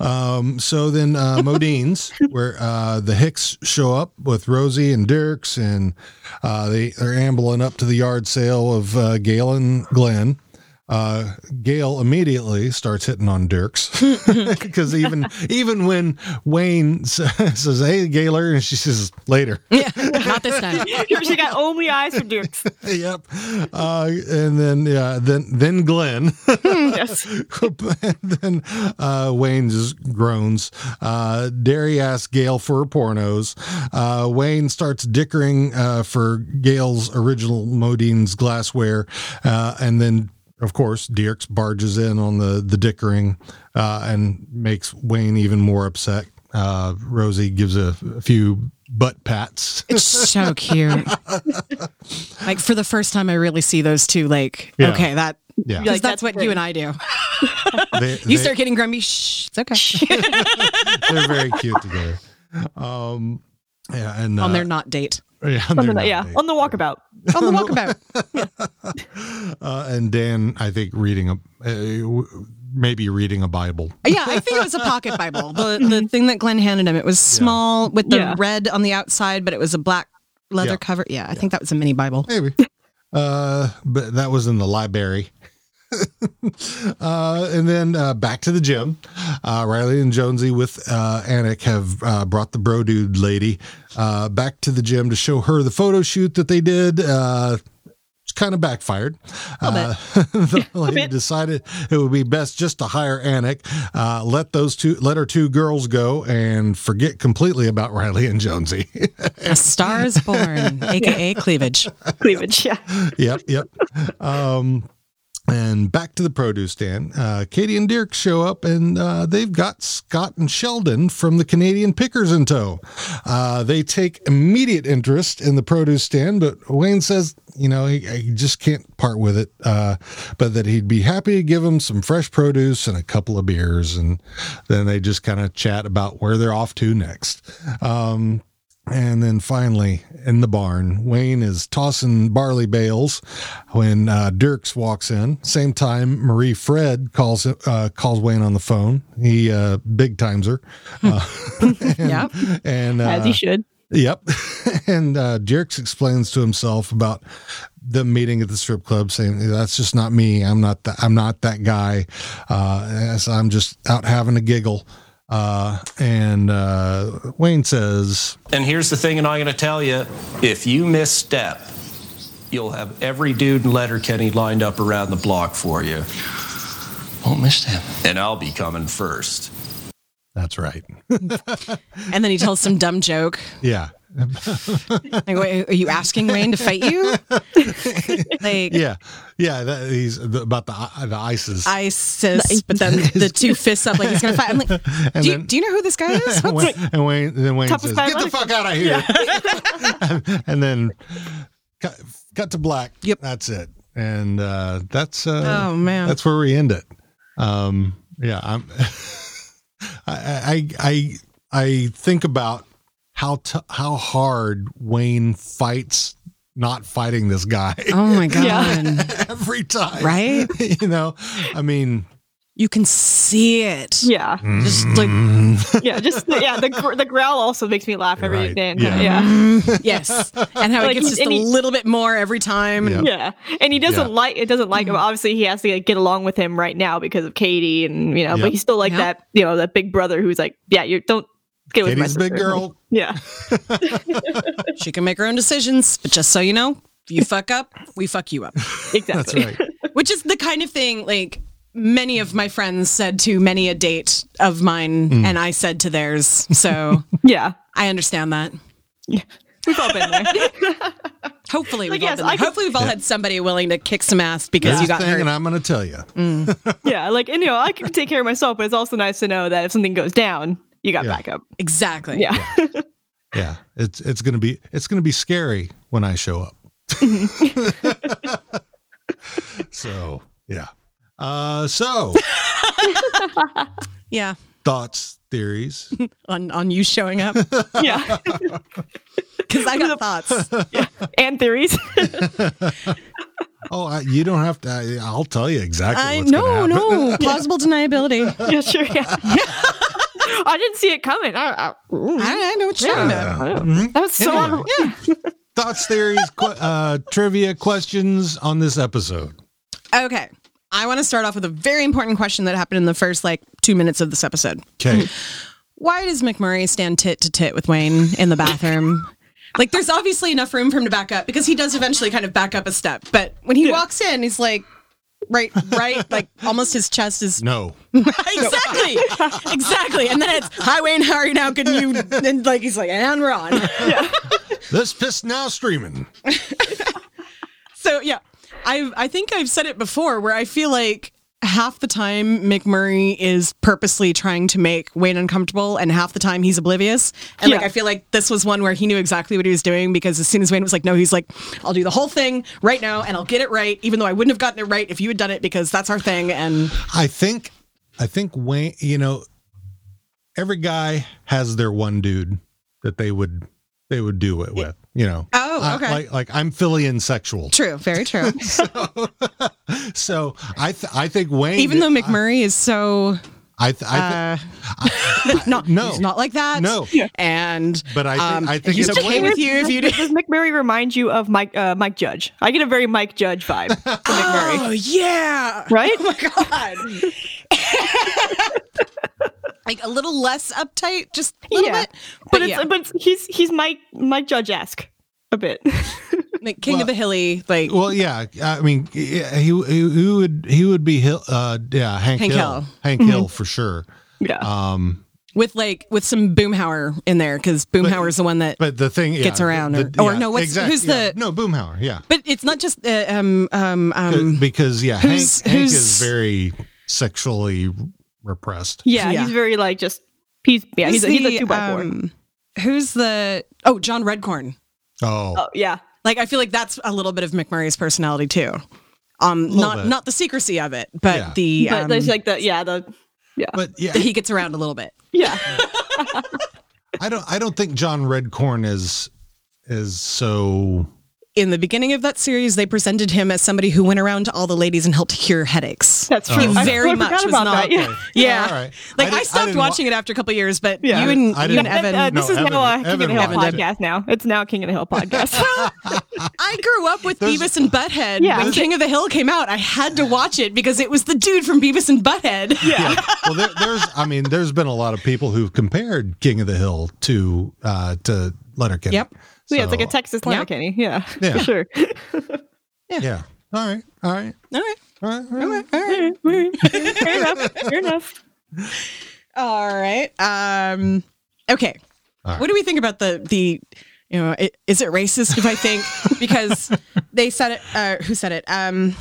[SPEAKER 3] awesome. Um, so then uh, Modine's, where uh, the Hicks show up with Rosie and Dirks, and uh, they are ambling up to the yard sale of uh, Gale and Glenn. Uh, Gail immediately starts hitting on Dirks because even even when Wayne s- says, "Hey, Gaylor," and she says, "Later."
[SPEAKER 7] Not this time. she got only eyes for Dukes.
[SPEAKER 3] yep. Uh, and then yeah, then then Glenn.
[SPEAKER 7] yes.
[SPEAKER 3] then uh, Wayne just groans. Uh, Derry asks Gail for her pornos. Uh, Wayne starts dickering uh, for Gail's original Modine's glassware, uh, and then. Of course, Dierks barges in on the the dickering uh, and makes Wayne even more upset. Uh, Rosie gives a, a few butt pats.
[SPEAKER 4] It's so cute. like for the first time, I really see those two. Like,
[SPEAKER 3] Yeah.
[SPEAKER 4] okay, that
[SPEAKER 3] Yeah.
[SPEAKER 4] 'cause
[SPEAKER 3] Like,
[SPEAKER 4] that's, what you and I do.
[SPEAKER 3] They-
[SPEAKER 4] you
[SPEAKER 3] they-
[SPEAKER 4] start getting grumpy. Shh, it's okay.
[SPEAKER 3] they're very cute together. Um, yeah, and
[SPEAKER 4] On
[SPEAKER 3] uh,
[SPEAKER 4] their not date.
[SPEAKER 3] yeah, on
[SPEAKER 7] On
[SPEAKER 3] their
[SPEAKER 7] the,
[SPEAKER 3] not
[SPEAKER 7] yeah,
[SPEAKER 3] date.
[SPEAKER 7] on the walkabout.
[SPEAKER 4] On the walkabout.
[SPEAKER 3] Uh, and Dan, I think reading a uh, w- maybe reading a Bible.
[SPEAKER 4] yeah, I think it was a pocket Bible. The the thing that Glenn handed him. It was small with the
[SPEAKER 3] Yeah.
[SPEAKER 4] red on the outside, but it was a black leather
[SPEAKER 3] Yeah.
[SPEAKER 4] cover. Yeah, I think that was a mini Bible.
[SPEAKER 3] Maybe. Uh, but that was in the library. uh, and then uh, back to the gym. Uh, Riley and Jonesy with uh, Anik have uh, brought the bro dude lady uh, back to the gym to show her the photo shoot that they did. Uh, it's kind of backfired. Uh, the lady decided it would be best just to hire Anik, uh, let those two, let her two girls go, and forget completely about Riley and Jonesy.
[SPEAKER 4] A Star is Born, aka cleavage.
[SPEAKER 7] Cleavage, yeah.
[SPEAKER 3] yep, yep. Um, and back to the produce stand. Uh, Katie and Dirk show up, and uh, they've got Scott and Sheldon from the Canadian Pickers in tow. Uh, they take immediate interest in the produce stand, but Wayne says, you know, he, he just can't part with it, uh, but that he'd be happy to give them some fresh produce and a couple of beers. And then they just kind of chat about where they're off to next. Um, and then finally, in the barn, Wayne is tossing barley bales when uh, Dirks walks in. Same time, Marie Fred calls uh, calls Wayne on the phone. He uh, big times her. Uh, and,
[SPEAKER 7] Hmm. Yep.
[SPEAKER 3] and uh,
[SPEAKER 7] As he should.
[SPEAKER 3] Yep. and uh, Dirks explains to himself about the meeting at the strip club, saying that's just not me. I'm not that. I'm not that guy. Uh, as I'm just out having a giggle. Uh, and uh, Wayne says,
[SPEAKER 12] And here's the thing, and I'm going to tell you if you misstep, you'll have every dude in Letterkenny lined up around the block for you. Won't misstep. And I'll be coming first.
[SPEAKER 3] "That's right."
[SPEAKER 4] And then he tells some dumb joke.
[SPEAKER 3] Yeah.
[SPEAKER 4] Like, wait, are you asking Wayne to fight you? like,
[SPEAKER 3] Yeah, yeah. That, he's the, about the i- the ISIS.
[SPEAKER 4] I sis, but then the two fists up, like he's gonna fight. I'm like, do,
[SPEAKER 3] And
[SPEAKER 4] you,
[SPEAKER 3] then-
[SPEAKER 4] do you know who this guy is?
[SPEAKER 3] and, Wayne,
[SPEAKER 4] What's-
[SPEAKER 3] and Wayne, then Wayne
[SPEAKER 4] Toughest
[SPEAKER 3] says,
[SPEAKER 4] guy
[SPEAKER 3] "Get the
[SPEAKER 4] alive."
[SPEAKER 3] fuck out of here!" and then cut, cut to black. Yep, that's it. And uh, that's uh,
[SPEAKER 4] Oh, man.
[SPEAKER 3] that's where we end it. Um, yeah, I'm. I, I I I think about how t- how hard Wayne fights not fighting this guy.
[SPEAKER 4] Oh my god!
[SPEAKER 3] Every time,
[SPEAKER 4] right?
[SPEAKER 3] you know, I mean,
[SPEAKER 4] You can see it.
[SPEAKER 7] Yeah.
[SPEAKER 4] Just like
[SPEAKER 3] Mm-hmm.
[SPEAKER 7] yeah, just the, yeah. The gr- the growl also makes me laugh every day. and kinda-
[SPEAKER 4] yeah.
[SPEAKER 7] Yeah.
[SPEAKER 4] yes, and how
[SPEAKER 7] Like,
[SPEAKER 4] it gets
[SPEAKER 7] he-
[SPEAKER 4] just a
[SPEAKER 7] and he-
[SPEAKER 4] little bit more every time. and-
[SPEAKER 7] Yeah, and he doesn't
[SPEAKER 4] Yeah.
[SPEAKER 7] like it. Doesn't like him. Obviously, he has to like, get along with him right now because of Katie, and you know,
[SPEAKER 3] Yep.
[SPEAKER 7] but he's still like
[SPEAKER 3] Yep.
[SPEAKER 7] that. You know, that big brother who's like, yeah, you don't get with my
[SPEAKER 3] Katie's a big
[SPEAKER 7] sister."
[SPEAKER 3] girl.
[SPEAKER 7] Yeah,
[SPEAKER 4] She can make her own decisions, but just so you know, if you fuck up, we fuck you up.
[SPEAKER 7] exactly.
[SPEAKER 4] Which is the kind of thing like many of my friends said to many a date of mine,
[SPEAKER 7] Mm.
[SPEAKER 4] and I said to theirs. So
[SPEAKER 7] yeah,
[SPEAKER 4] I understand that.
[SPEAKER 7] We've all been there.
[SPEAKER 4] Hopefully,
[SPEAKER 7] Like,
[SPEAKER 4] we've all
[SPEAKER 7] yes,
[SPEAKER 4] been
[SPEAKER 7] I
[SPEAKER 4] there.
[SPEAKER 7] could-
[SPEAKER 4] hopefully we've all had somebody willing to kick some ass because
[SPEAKER 3] That's
[SPEAKER 4] you got
[SPEAKER 3] the thing,
[SPEAKER 4] hurt.
[SPEAKER 3] and I'm going to tell you.
[SPEAKER 7] yeah, like and, you know, I can take care of myself, but it's also nice to know that if something goes down, you got backup.
[SPEAKER 4] Exactly.
[SPEAKER 7] Yeah.
[SPEAKER 3] Yeah, it's it's gonna be it's gonna be scary when I show up. so yeah. Uh, so
[SPEAKER 4] yeah.
[SPEAKER 3] thoughts, theories.
[SPEAKER 4] On on you showing up.
[SPEAKER 7] yeah.
[SPEAKER 4] Because I got thoughts.
[SPEAKER 7] and theories.
[SPEAKER 3] Oh, I, you don't have to. I, I'll tell you exactly.
[SPEAKER 4] I
[SPEAKER 3] what's gonna
[SPEAKER 4] no no
[SPEAKER 3] happen.
[SPEAKER 4] plausible deniability.
[SPEAKER 7] Yeah, sure. Yeah. I didn't see it coming. I, I, mm.
[SPEAKER 4] I know what you're talking about.
[SPEAKER 3] Mhm.
[SPEAKER 7] That was so
[SPEAKER 3] Anyway.
[SPEAKER 7] out of-
[SPEAKER 3] Thoughts, theories, qu- uh, trivia, questions on this episode.
[SPEAKER 4] Okay. I want to start off with a very important question that happened in the first like two minutes of this episode.
[SPEAKER 3] Okay.
[SPEAKER 4] Why does McMurray stand tit to tit with Wayne in the bathroom? like, there's obviously enough room for him to back up because he does eventually kind of back up a step. But when he walks in, he's like, right, right, like almost his chest is.
[SPEAKER 3] No.
[SPEAKER 4] exactly, exactly. And then it's, hi, Wayne, how are you now? Can you? And like, he's like, and we're on.
[SPEAKER 3] This piss now streaming.
[SPEAKER 4] So yeah, I I think I've said it before where I feel like half the time McMurray is purposely trying to make Wayne uncomfortable and half the time he's oblivious. And like
[SPEAKER 7] Yeah.
[SPEAKER 4] I feel like this was one where he knew exactly what he was doing because as soon as Wayne was like no, he's like I'll do the whole thing right now and I'll get it right even though I wouldn't have gotten it right if you had done it because that's our thing and
[SPEAKER 3] I think, I think Wayne, you know, every guy has their one dude that they would, they would do it with, you know.
[SPEAKER 4] Oh,
[SPEAKER 3] I-
[SPEAKER 4] okay.
[SPEAKER 3] like, like I'm Philly and sexual.
[SPEAKER 4] true, very true.
[SPEAKER 3] So I, th- I think Wayne,
[SPEAKER 4] even though McMurray is so
[SPEAKER 3] I, th- I,
[SPEAKER 4] uh, not
[SPEAKER 3] no.
[SPEAKER 4] he's not like that.
[SPEAKER 3] No.
[SPEAKER 4] And um,
[SPEAKER 3] But I think- I think
[SPEAKER 4] he's
[SPEAKER 3] it's-
[SPEAKER 4] okay with you if you do.
[SPEAKER 7] Does McMurray remind you of Mike uh, Mike Judge? I get a very Mike Judge vibe. from McMurray.
[SPEAKER 4] Oh yeah.
[SPEAKER 7] Right?
[SPEAKER 4] Oh my god. like a little less uptight, just a little
[SPEAKER 7] Yeah.
[SPEAKER 4] bit.
[SPEAKER 7] But, it's
[SPEAKER 4] yeah.
[SPEAKER 7] but it's- he's he's Mike Mike Judge esque a bit.
[SPEAKER 4] Like King of the Hilly, like
[SPEAKER 3] well, yeah. I mean, yeah, he, he, he would, he would be, Hill, uh, yeah, Hank,
[SPEAKER 4] Hank
[SPEAKER 3] Hill,
[SPEAKER 4] Hill.
[SPEAKER 3] Hank
[SPEAKER 4] Mhm.
[SPEAKER 3] Hill for sure.
[SPEAKER 7] Yeah.
[SPEAKER 4] Uh,
[SPEAKER 3] Um,
[SPEAKER 4] with like with some Boomhauer in there because Boomhauer's the one that.
[SPEAKER 3] But the thing yeah,
[SPEAKER 4] Gets around
[SPEAKER 3] the-
[SPEAKER 4] or- or no, what's-
[SPEAKER 3] exact-
[SPEAKER 4] who's
[SPEAKER 3] yeah.
[SPEAKER 4] the-
[SPEAKER 3] no Boomhauer? Yeah,
[SPEAKER 4] But it's not just uh, um um um.
[SPEAKER 3] because yeah,
[SPEAKER 4] who's-
[SPEAKER 3] Hank, Hank
[SPEAKER 4] who's-
[SPEAKER 3] is very sexually repressed.
[SPEAKER 7] yeah,
[SPEAKER 4] Yeah.
[SPEAKER 7] he's very like just he's yeah he's, a he's a
[SPEAKER 4] the,
[SPEAKER 7] two by four.
[SPEAKER 4] um, Who's the oh John Redcorn?
[SPEAKER 3] Oh,
[SPEAKER 4] Uh,
[SPEAKER 7] oh yeah.
[SPEAKER 4] Like I feel like that's a little bit of McMurray's personality too. Um,
[SPEAKER 3] Little
[SPEAKER 4] not
[SPEAKER 3] bit.
[SPEAKER 4] not the secrecy of it, but
[SPEAKER 3] Yeah.
[SPEAKER 4] the
[SPEAKER 7] but
[SPEAKER 4] um,
[SPEAKER 7] there's like the yeah the yeah
[SPEAKER 3] but yeah,
[SPEAKER 4] he gets around a little bit.
[SPEAKER 7] yeah
[SPEAKER 3] I don't. I don't think John Redcorn is is so.
[SPEAKER 4] in the beginning of that series, they presented him as somebody who went around to all the ladies and helped cure headaches.
[SPEAKER 7] that's true.
[SPEAKER 3] Oh,
[SPEAKER 7] I
[SPEAKER 3] okay.
[SPEAKER 4] Very
[SPEAKER 7] totally
[SPEAKER 4] much
[SPEAKER 7] forgot
[SPEAKER 4] was
[SPEAKER 7] about
[SPEAKER 4] not-
[SPEAKER 7] that. Yeah.
[SPEAKER 4] Yeah.
[SPEAKER 3] all right.
[SPEAKER 4] Like I,
[SPEAKER 3] didn't-
[SPEAKER 4] stopped
[SPEAKER 3] didn't wa-
[SPEAKER 4] watching it after a couple years, but
[SPEAKER 7] Yeah.
[SPEAKER 4] you and,
[SPEAKER 3] I
[SPEAKER 4] you
[SPEAKER 3] didn't-
[SPEAKER 4] and Evan.
[SPEAKER 7] Uh, this
[SPEAKER 3] No,
[SPEAKER 7] is
[SPEAKER 3] Evan-
[SPEAKER 7] now a King
[SPEAKER 3] Evan
[SPEAKER 7] of the Hill
[SPEAKER 3] watched it.
[SPEAKER 7] podcast. Now it's now a King of the Hill podcast.
[SPEAKER 4] I grew up with
[SPEAKER 3] There's-
[SPEAKER 4] Beavis and Butthead.
[SPEAKER 7] Yeah.
[SPEAKER 4] When
[SPEAKER 7] There's-
[SPEAKER 4] King of the Hill came out, I had to watch it because it was the dude from Beavis and Butthead. Yeah.
[SPEAKER 3] Yeah. Well, there, there's. I mean, there's been a lot of people who've compared King of the Hill to uh to Letterkenny.
[SPEAKER 4] Yep.
[SPEAKER 7] So yeah, it's like a
[SPEAKER 3] So,
[SPEAKER 7] Texas
[SPEAKER 4] Yeah.
[SPEAKER 7] Letterkenny. Yeah,
[SPEAKER 3] Yeah.
[SPEAKER 7] for sure.
[SPEAKER 3] Yeah. All right. All right.
[SPEAKER 4] All right.
[SPEAKER 3] All right. All right.
[SPEAKER 7] Fair enough. Fair enough.
[SPEAKER 4] All right. Um, okay.
[SPEAKER 3] All right.
[SPEAKER 4] What do we think about the the? You know, i- is it racist if I think because they said it? Uh, who said it? Um,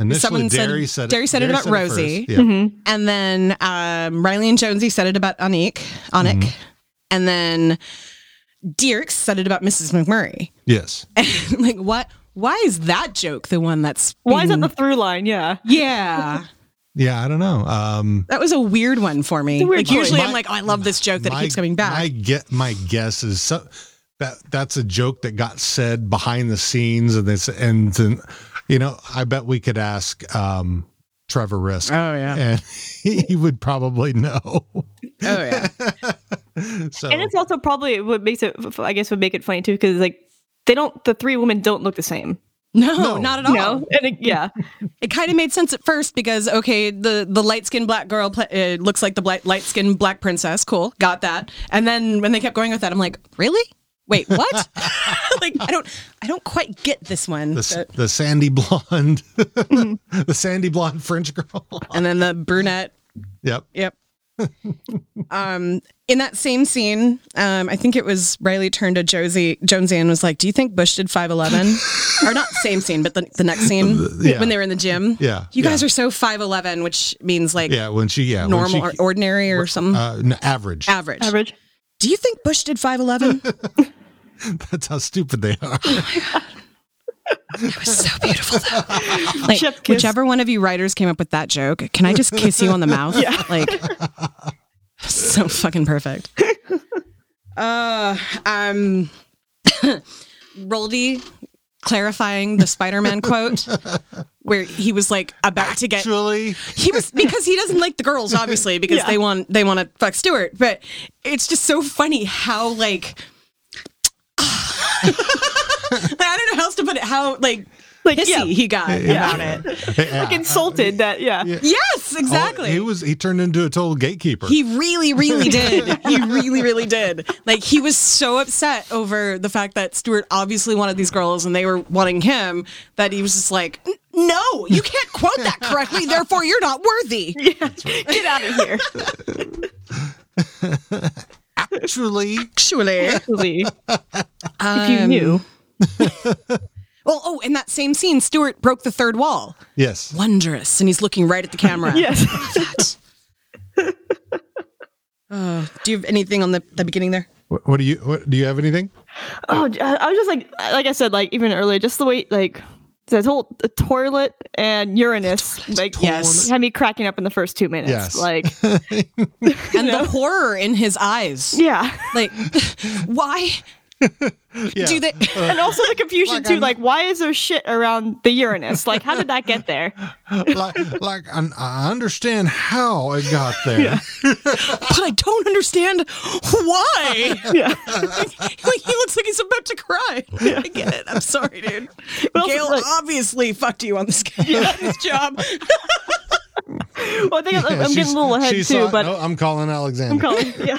[SPEAKER 3] Initially,
[SPEAKER 4] Someone said-
[SPEAKER 3] Derry said,
[SPEAKER 4] Derry said it about
[SPEAKER 3] first.
[SPEAKER 4] Rosie. Mm-hmm.
[SPEAKER 3] Yeah.
[SPEAKER 4] And then um, Riley and Jonesy said it about Anik, Anik.
[SPEAKER 3] Mm-hmm.
[SPEAKER 4] And then Dirk said it about Mrs. McMurray.
[SPEAKER 3] Yes.
[SPEAKER 4] like what? Why is that joke the one that's
[SPEAKER 7] Why is that
[SPEAKER 4] being-
[SPEAKER 7] the through line? Yeah.
[SPEAKER 4] yeah?
[SPEAKER 3] Yeah, I don't know. Um,
[SPEAKER 4] That was a weird one for me.
[SPEAKER 7] It's a weird
[SPEAKER 4] Like usually
[SPEAKER 3] choice.
[SPEAKER 4] I'm like, oh, I love this joke that it keeps coming back.
[SPEAKER 3] My get my guess is so, that that's a joke that got said behind the scenes, and this and, and you know, I bet we could ask um, Trevor Risk,
[SPEAKER 4] oh yeah,
[SPEAKER 3] and he, would probably know.
[SPEAKER 4] oh yeah.
[SPEAKER 3] So
[SPEAKER 7] And it's also probably what makes it, I guess, would make it funny too, because like they don't, the three women don't look the same.
[SPEAKER 4] No,
[SPEAKER 3] No.
[SPEAKER 4] not at all.
[SPEAKER 7] You know? And it, yeah,
[SPEAKER 4] It kind of made sense at first because okay, the the light skinned black girl pla uh, looks like the bla- light skinned black princess. Cool, got that. And then when they kept going with that, I'm like, really? Wait, what? like I don't I don't quite get this one.
[SPEAKER 3] the s-
[SPEAKER 4] But-
[SPEAKER 3] the sandy blonde,
[SPEAKER 4] Mm-hmm.
[SPEAKER 3] the sandy blonde French girl.
[SPEAKER 4] and then the brunette.
[SPEAKER 3] yep.
[SPEAKER 4] Yep. um, in that same scene, um, I think it was Riley turned to Josie Jonesy and was like, "Do you think Bush did 5'11?" or not same scene, but the, the next scene
[SPEAKER 3] yeah.
[SPEAKER 4] when they were in the gym.
[SPEAKER 3] Yeah,
[SPEAKER 4] you guys
[SPEAKER 3] yeah.
[SPEAKER 4] are so 5'11, which means like
[SPEAKER 3] Yeah, when she yeah when
[SPEAKER 4] normal or
[SPEAKER 3] she-
[SPEAKER 4] ordinary or some
[SPEAKER 3] uh, no, average.
[SPEAKER 4] average.
[SPEAKER 7] average.
[SPEAKER 4] Do you think Bush did 5'11? It
[SPEAKER 3] That's how stupid they are.
[SPEAKER 4] was so beautiful though. Like,
[SPEAKER 7] Chef kiss.
[SPEAKER 4] whichever one of you writers came up with that joke, can I just kiss you on the mouth?
[SPEAKER 7] Yeah.
[SPEAKER 4] Like so fucking perfect. Uh um Roldy clarifying the Spider-Man quote where he was like about to get actually he was because he doesn't like the girls obviously because
[SPEAKER 13] Yeah.
[SPEAKER 4] they want they want to fuck Stewart, but it's just so funny how like I don't know how else to put it how like like hissy he got
[SPEAKER 3] Yeah.
[SPEAKER 4] about it.
[SPEAKER 3] Yeah.
[SPEAKER 4] Like insulted
[SPEAKER 7] that Uh, yeah.
[SPEAKER 4] Yes, exactly.
[SPEAKER 3] Oh, he was he turned into a total gatekeeper.
[SPEAKER 4] He really, really did. he really, really did. Like he was so upset over the fact that Stuart obviously wanted these girls and they were wanting him that he was just like, "N- "No, you can't quote that correctly. Therefore, you're not worthy.
[SPEAKER 7] Get out of here."
[SPEAKER 3] Actually,
[SPEAKER 4] actually,
[SPEAKER 7] actually,
[SPEAKER 4] if
[SPEAKER 7] you knew.
[SPEAKER 4] well, oh, in that same scene, Stuart broke the third wall.
[SPEAKER 3] Yes.
[SPEAKER 4] Wondrous, and he's looking right at the camera.
[SPEAKER 7] Yes.
[SPEAKER 4] Uh, do you have anything on the, the beginning there?
[SPEAKER 3] What, what do you what, do you have anything?
[SPEAKER 7] Oh, j- I I was just like, like I said, like even earlier, just the way, like the whole the toilet and Uranus, like
[SPEAKER 4] Yes.
[SPEAKER 7] had me cracking up in the first two minutes.
[SPEAKER 4] Yes.
[SPEAKER 7] Like,
[SPEAKER 4] and the horror in his eyes.
[SPEAKER 7] Yeah,
[SPEAKER 4] like why do they?
[SPEAKER 7] and also the confusion
[SPEAKER 4] Like,
[SPEAKER 7] too.
[SPEAKER 4] I'm-
[SPEAKER 7] Like, why is there shit around the Uranus? Like, how did that get there?
[SPEAKER 3] like, like I, I understand how it got there.
[SPEAKER 7] Yeah.
[SPEAKER 4] but I don't understand why.
[SPEAKER 7] Yeah.
[SPEAKER 4] like he looks like he's about to cry. I get it. I'm sorry, dude. Gail obviously fucked you on this, on this job.
[SPEAKER 7] Well, I think I'm,
[SPEAKER 3] Yeah,
[SPEAKER 7] I'm
[SPEAKER 3] she's-
[SPEAKER 7] getting a little ahead
[SPEAKER 3] she
[SPEAKER 7] too,
[SPEAKER 3] saw-
[SPEAKER 7] but
[SPEAKER 3] no, I'm calling Alexander.
[SPEAKER 7] I'm calling. Yeah.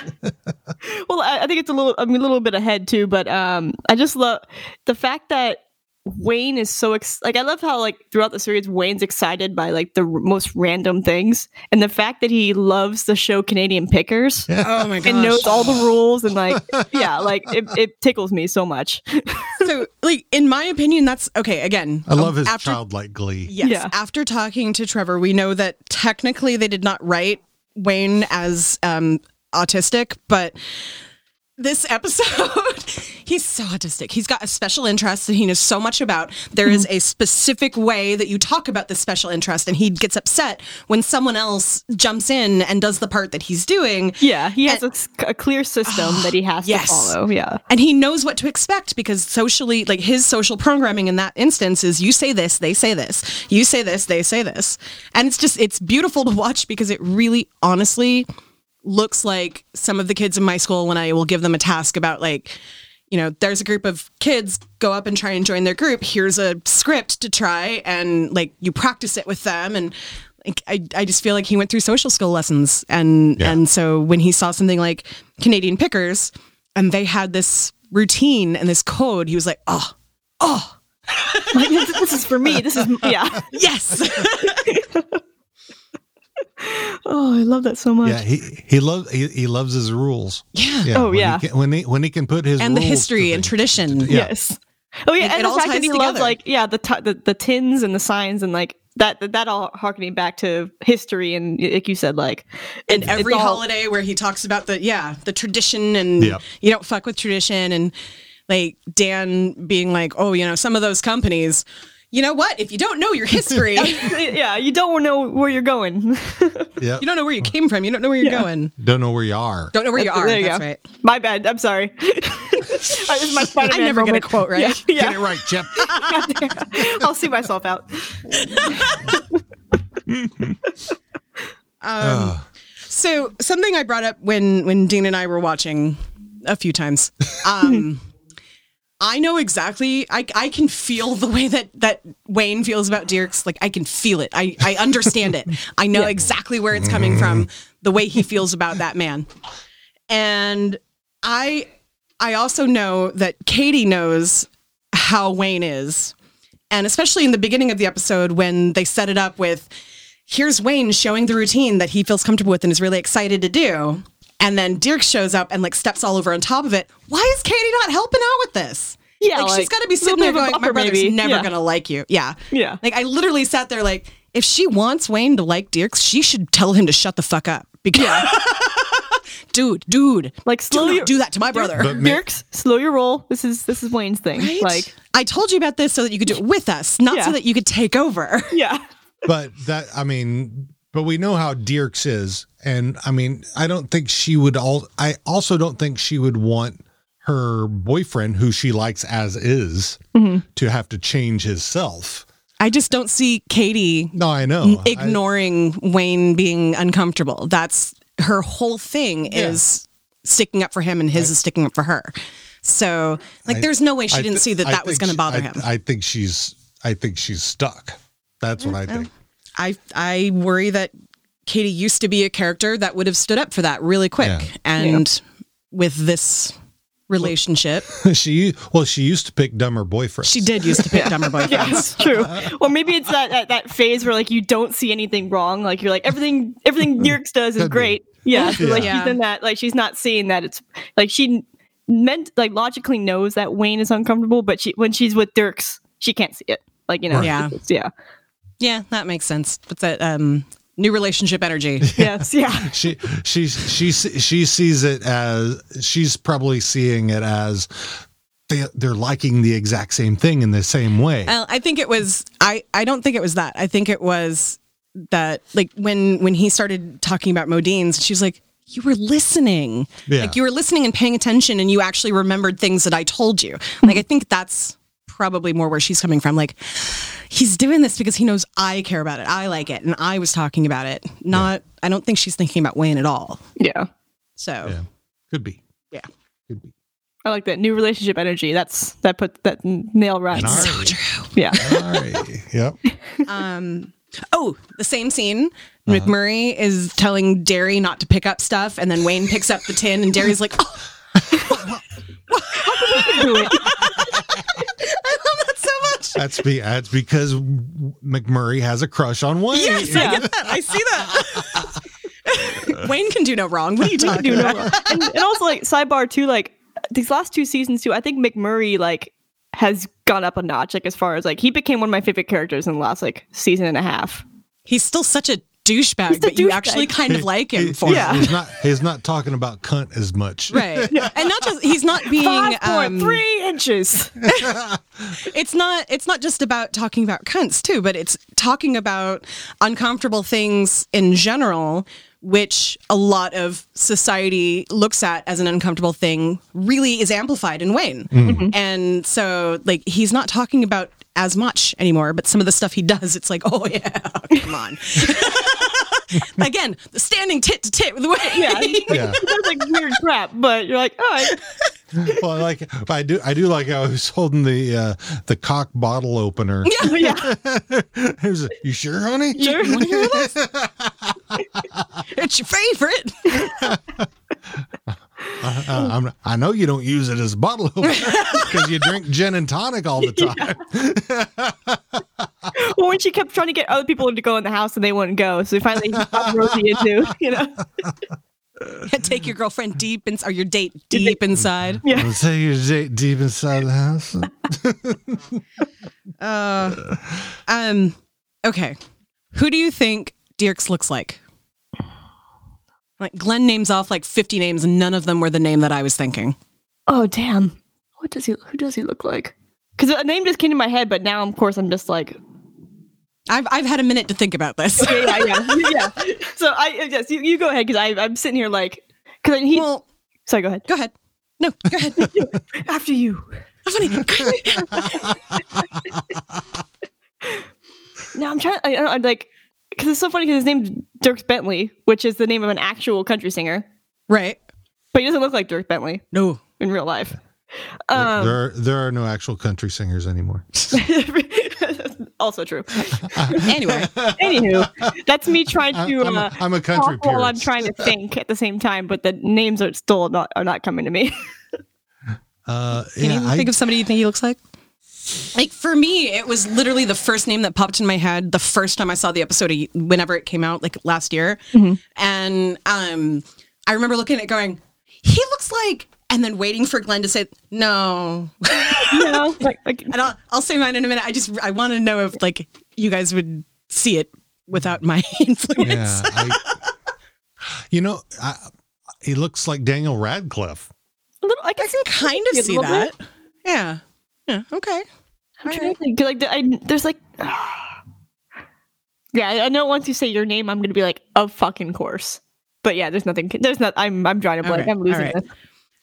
[SPEAKER 7] well, I, I think it's a little. I'm a little bit ahead too, but um, I just love the fact that Wayne is so ex- like. I love how like throughout the series, Wayne's excited by like the r- most random things, and the fact that he loves the show Canadian Pickers.
[SPEAKER 4] Oh my
[SPEAKER 7] And
[SPEAKER 4] gosh.
[SPEAKER 7] knows all the rules and like yeah, like it, it tickles me so much.
[SPEAKER 4] so, like in my opinion, that's okay. Again,
[SPEAKER 3] I
[SPEAKER 4] um,
[SPEAKER 3] love his
[SPEAKER 4] after-
[SPEAKER 3] childlike glee.
[SPEAKER 4] Yes. After talking to Trevor, we know that technically they did not write Wayne as um, autistic, but this episode, he's so autistic. He's got a special interest that he knows so much about. There is a specific way that you talk about this special interest, and he gets upset when someone else jumps in and does the part that he's doing.
[SPEAKER 7] Yeah, he has a s- a, clear system that he has
[SPEAKER 4] Yes.
[SPEAKER 7] to follow. Yeah.
[SPEAKER 4] And he knows what to expect because socially, like his social programming in that instance is you say this, they say this. You say this, they say this. And it's just, it's beautiful to watch because it really honestly looks like some of the kids in my school when I will give them a task about, like, you know, there's a group of kids, go up and try and join their group. Here's a script to try and like you practice it with them. And like, I, I just feel like he went through social skill lessons. And, and so when he saw something like Canadian Pickers, and they had this routine and this code. He was like, oh, oh,
[SPEAKER 7] like, this, this is for me. This is yeah.
[SPEAKER 4] Yes.
[SPEAKER 7] oh, I love that so much.
[SPEAKER 3] Yeah, he he loves he, he loves his rules.
[SPEAKER 4] Yeah.
[SPEAKER 7] Oh,
[SPEAKER 3] when
[SPEAKER 7] yeah.
[SPEAKER 3] He can, when he when he can put his
[SPEAKER 4] and the
[SPEAKER 3] rules to
[SPEAKER 4] history and tradition.
[SPEAKER 3] yeah. Yes.
[SPEAKER 7] Oh yeah,
[SPEAKER 4] It- it
[SPEAKER 7] and the
[SPEAKER 4] all
[SPEAKER 7] fact that
[SPEAKER 4] ties
[SPEAKER 7] he loves
[SPEAKER 4] together.
[SPEAKER 7] like yeah the, ti the the tins and the signs and like that that, that all harkening back to history and y- like you said like
[SPEAKER 4] And
[SPEAKER 7] it's- it's
[SPEAKER 4] every
[SPEAKER 7] all-
[SPEAKER 4] holiday where he talks about the yeah the tradition and
[SPEAKER 7] Yep.
[SPEAKER 4] you don't fuck with tradition and like Dan being like oh you know some of those companies you know what if you don't know your history
[SPEAKER 7] yeah you don't know where you're going
[SPEAKER 3] Yep.
[SPEAKER 4] you don't know where you came from you don't know where you're
[SPEAKER 7] Yeah.
[SPEAKER 4] going
[SPEAKER 3] Don't know where you are.
[SPEAKER 4] don't know where you
[SPEAKER 7] That's-
[SPEAKER 4] are
[SPEAKER 7] there you
[SPEAKER 4] that's
[SPEAKER 7] go.
[SPEAKER 4] right
[SPEAKER 7] my bad I'm sorry This is my Spider-Man
[SPEAKER 4] I'm never gonna
[SPEAKER 7] moment.
[SPEAKER 4] quote right
[SPEAKER 7] yeah, yeah.
[SPEAKER 3] Get it right, Chip.
[SPEAKER 7] I'll see myself out
[SPEAKER 3] Uh.
[SPEAKER 4] Um, so something I brought up when when Dean and I were watching a few times. Um, I know exactly. I I can feel the way that that Wayne feels about Dirks. Like I can feel it. I I understand it. I know exactly where it's coming from. The way he feels about that man, and I I also know that Katie knows how Wayne is. And especially in the beginning of the episode when they set it up with here's Wayne showing the routine that he feels comfortable with and is really excited to do. And then Dirk shows up and like steps all over on top of it. Why is Katie not helping out with this?
[SPEAKER 7] Yeah,
[SPEAKER 4] like, she's
[SPEAKER 7] like,
[SPEAKER 4] got to be
[SPEAKER 7] little
[SPEAKER 4] sitting there
[SPEAKER 7] bit of
[SPEAKER 4] going,
[SPEAKER 7] a
[SPEAKER 4] "My
[SPEAKER 7] buffer,
[SPEAKER 4] brother's
[SPEAKER 7] maybe."
[SPEAKER 4] never
[SPEAKER 7] Yeah.
[SPEAKER 4] gonna like you." Yeah,
[SPEAKER 7] Yeah.
[SPEAKER 4] Like I literally sat there like, if she wants Wayne to like Dirk, she should tell him to shut the fuck up because, dude, dude,
[SPEAKER 7] like
[SPEAKER 4] do not do that to my brother.
[SPEAKER 7] Dirks slow your roll this is this is Wayne's thing
[SPEAKER 4] Right?
[SPEAKER 7] like
[SPEAKER 4] I told you about this so that you could do it with us, not so
[SPEAKER 7] Yeah.
[SPEAKER 4] that you could take over.
[SPEAKER 7] Yeah.
[SPEAKER 3] but that I mean, but we know how Dirks is, and I mean, I don't think she would all. I also don't think she would want
[SPEAKER 4] Mm-hmm.
[SPEAKER 3] her boyfriend, who she likes as is, to have to change himself.
[SPEAKER 4] I just don't see Katie.
[SPEAKER 3] No, I know.
[SPEAKER 4] Ignoring Wayne being uncomfortable. That's her whole thing is sticking up for him, and his is sticking up for her. So, like,
[SPEAKER 3] I-
[SPEAKER 4] there's no way she
[SPEAKER 3] I
[SPEAKER 4] didn't
[SPEAKER 3] thi-
[SPEAKER 4] see that
[SPEAKER 3] I
[SPEAKER 4] that was
[SPEAKER 3] think
[SPEAKER 4] going
[SPEAKER 3] she-
[SPEAKER 4] to bother
[SPEAKER 3] I-
[SPEAKER 4] him.
[SPEAKER 3] I think she's. I think she's stuck. That's what I
[SPEAKER 4] well,
[SPEAKER 3] think.
[SPEAKER 4] I I worry that Katie used to be a character that would have stood up for that really quick, and with this relationship,
[SPEAKER 3] she well, she used to pick dumber boyfriends.
[SPEAKER 4] she did used to pick dumber
[SPEAKER 7] Yeah,
[SPEAKER 4] boyfriends.
[SPEAKER 7] it's true. Or maybe it's that, that that phase where like you don't see anything wrong. Like you're like everything everything Dirks does is great. Yeah, so, like
[SPEAKER 4] Yeah.
[SPEAKER 7] she's in that. Like she's not seeing that it's like she meant like logically knows that Wayne is uncomfortable, but she when she's with Dirks, she can't see it. Like you know,
[SPEAKER 4] Right. Yeah.
[SPEAKER 7] it's- yeah,
[SPEAKER 4] Yeah, that makes sense. But that um, new relationship energy.
[SPEAKER 7] yes, yeah.
[SPEAKER 3] she she she she sees it as she's probably seeing it as they they're liking the exact same thing in the same way.
[SPEAKER 4] Uh, I think it was. I I don't think it was that. I think it was that like when when he started talking about Modine's, she's like. You were listening.
[SPEAKER 2] Yeah.
[SPEAKER 4] Like you were listening and paying attention and you actually remembered things that I told you. Like I think that's probably more where she's coming from. Like he's doing this because he knows I care about it. I like it and I was talking about it. Not I don't think she's thinking about Wayne at all.
[SPEAKER 7] Yeah.
[SPEAKER 4] So
[SPEAKER 3] Could be.
[SPEAKER 4] Yeah.
[SPEAKER 7] I like that new relationship energy. That's that put that nail right.
[SPEAKER 3] It's
[SPEAKER 4] so
[SPEAKER 7] true. Yeah.
[SPEAKER 3] Yep.
[SPEAKER 4] um, oh, the same scene. McMurray is telling Derry not to pick up stuff, and then Wayne picks up the tin, and Derry's like, "Oh,
[SPEAKER 7] do it?"
[SPEAKER 4] I love that so much.
[SPEAKER 3] That's be that's because McMurray has a crush on Wayne.
[SPEAKER 4] Yes, I get that. I see that. Wayne can do no wrong. What are you talking
[SPEAKER 7] do no
[SPEAKER 4] about?
[SPEAKER 7] wrong. And, and also like sidebar too, like these last two seasons too, I think McMurray like has gone up a notch. Like as far as like he became one of my favorite characters in the last like season and a half.
[SPEAKER 4] He's still such a douchebag, but you actually kind of like him for
[SPEAKER 3] yeah.
[SPEAKER 4] it.
[SPEAKER 3] He's not he's not talking about cunt as much.
[SPEAKER 4] Right. And not just he's not being
[SPEAKER 7] Five point
[SPEAKER 4] um,
[SPEAKER 7] three inches.
[SPEAKER 4] it's not it's not just about talking about cunts too, but it's talking about uncomfortable things in general, which a lot of society looks at as an uncomfortable thing really is amplified in Wayne.
[SPEAKER 2] Mhm.
[SPEAKER 4] And so like he's not talking about as much anymore, but some of the stuff he does, it's like, oh yeah, come on. Again, the standing tit to tit with Wayne.
[SPEAKER 7] Yeah.
[SPEAKER 3] Yeah.
[SPEAKER 7] He does like weird crap, but you're like, all right.
[SPEAKER 3] well, I like but I do I do like how he's holding the uh the cock bottle opener.
[SPEAKER 7] Yeah, yeah.
[SPEAKER 3] He was like, you sure, honey?
[SPEAKER 4] Sure. You wanna hear this? it's your favorite.
[SPEAKER 3] Uh, uh, I'm, I know you don't use it as a bottle opener because you drink gin and tonic all the time.
[SPEAKER 7] Well, when she kept trying to get other people to go in the house and they wouldn't go, so finally he got Rosie into, you know.
[SPEAKER 4] Take your girlfriend deep inside, or your date deep inside.
[SPEAKER 3] I'll take you de- deep inside the house.
[SPEAKER 4] Uh, um. Okay. Who do you think Dirks looks like? Like Glenn names off like fifty names, and none of them were the name that I was thinking.
[SPEAKER 7] Oh damn! What does he? Who does he look like? Because a name just came to my head, but now of course I'm just like,
[SPEAKER 4] I've I've had a minute to think about this.
[SPEAKER 7] okay, yeah, yeah, yeah. So I yes, you, you go ahead because I'm sitting here like because he.
[SPEAKER 4] Well,
[SPEAKER 7] sorry, go ahead.
[SPEAKER 4] Go ahead. No, go ahead.
[SPEAKER 7] After you. No, I'm trying. I, I, I'm like because it's so funny because his name's Dirk Bentley, which is the name of an actual country singer,
[SPEAKER 4] right?
[SPEAKER 7] But he doesn't look like Dirk Bentley.
[SPEAKER 4] No,
[SPEAKER 7] in real life. Um,
[SPEAKER 3] there, are, there are no actual country singers anymore.
[SPEAKER 7] also true. anyway, anywho, that's me trying to.
[SPEAKER 3] I'm a-
[SPEAKER 7] uh,
[SPEAKER 3] I'm a country
[SPEAKER 7] talk while I'm
[SPEAKER 3] purist.
[SPEAKER 7] trying to think at the same time, but the names are still not are not coming to me.
[SPEAKER 3] Uh,
[SPEAKER 4] Can
[SPEAKER 3] yeah,
[SPEAKER 4] you
[SPEAKER 3] I,
[SPEAKER 4] think of somebody you think he looks like? Like for me, it was literally the first name that popped in my head the first time I saw the episode, of- whenever it came out, like last year. And um, I remember looking at it going, "He looks like," and then waiting for Glenn to say, "No,
[SPEAKER 7] no."
[SPEAKER 4] and I'll, I'll say mine in a minute. I just I want to know if like you guys would see it without my influence.
[SPEAKER 3] yeah, I- you know, I, he looks like Daniel Radcliffe.
[SPEAKER 7] A little, like,
[SPEAKER 4] I can kind
[SPEAKER 7] a
[SPEAKER 4] of see
[SPEAKER 7] little
[SPEAKER 4] that.
[SPEAKER 7] bit.
[SPEAKER 4] Yeah. Yeah. Okay.
[SPEAKER 7] I'm trying to think. Like, the- I, there's like, yeah, I- I know. Once you say your name, I'm gonna be like, of fucking course. But yeah, there's nothing. There's not. I'm I'm drawing a blank.
[SPEAKER 4] Okay,
[SPEAKER 7] I'm losing
[SPEAKER 4] alright.
[SPEAKER 7] this.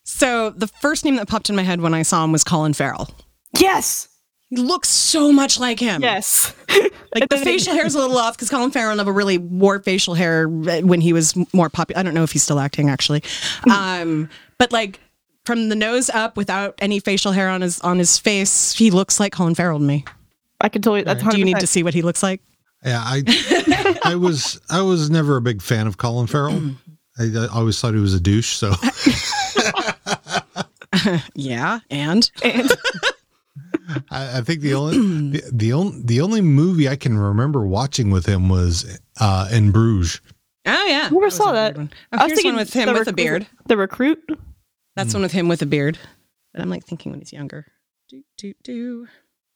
[SPEAKER 4] So the first name that popped in my head when I saw him was Colin Farrell.
[SPEAKER 7] Yes.
[SPEAKER 4] He looks so much like him.
[SPEAKER 7] Yes.
[SPEAKER 4] like the facial hair is a little off because Colin Farrell never really wore facial hair uh, when he was more popular. I don't know if he's still acting actually. Um, but like from the nose up without any facial hair on his on his face, he looks like Colin Farrell to me.
[SPEAKER 7] I can tell you
[SPEAKER 3] that's
[SPEAKER 4] Do you need
[SPEAKER 3] 100%.
[SPEAKER 4] to see what he looks like?
[SPEAKER 3] Yeah, I I was I was never a big fan of Colin Farrell. I, I always thought he was a douche. So
[SPEAKER 4] yeah, and
[SPEAKER 3] I, I think the only the, the only the only movie I can remember watching with him was uh, in Bruges.
[SPEAKER 4] Oh yeah,
[SPEAKER 7] never saw that.
[SPEAKER 4] Oh, here's one with him
[SPEAKER 7] the
[SPEAKER 4] with a
[SPEAKER 7] recruit-
[SPEAKER 4] beard.
[SPEAKER 7] The recruit.
[SPEAKER 4] That's
[SPEAKER 3] Hmm.
[SPEAKER 4] one with him with a beard. But I'm like thinking when he's younger. Do do do.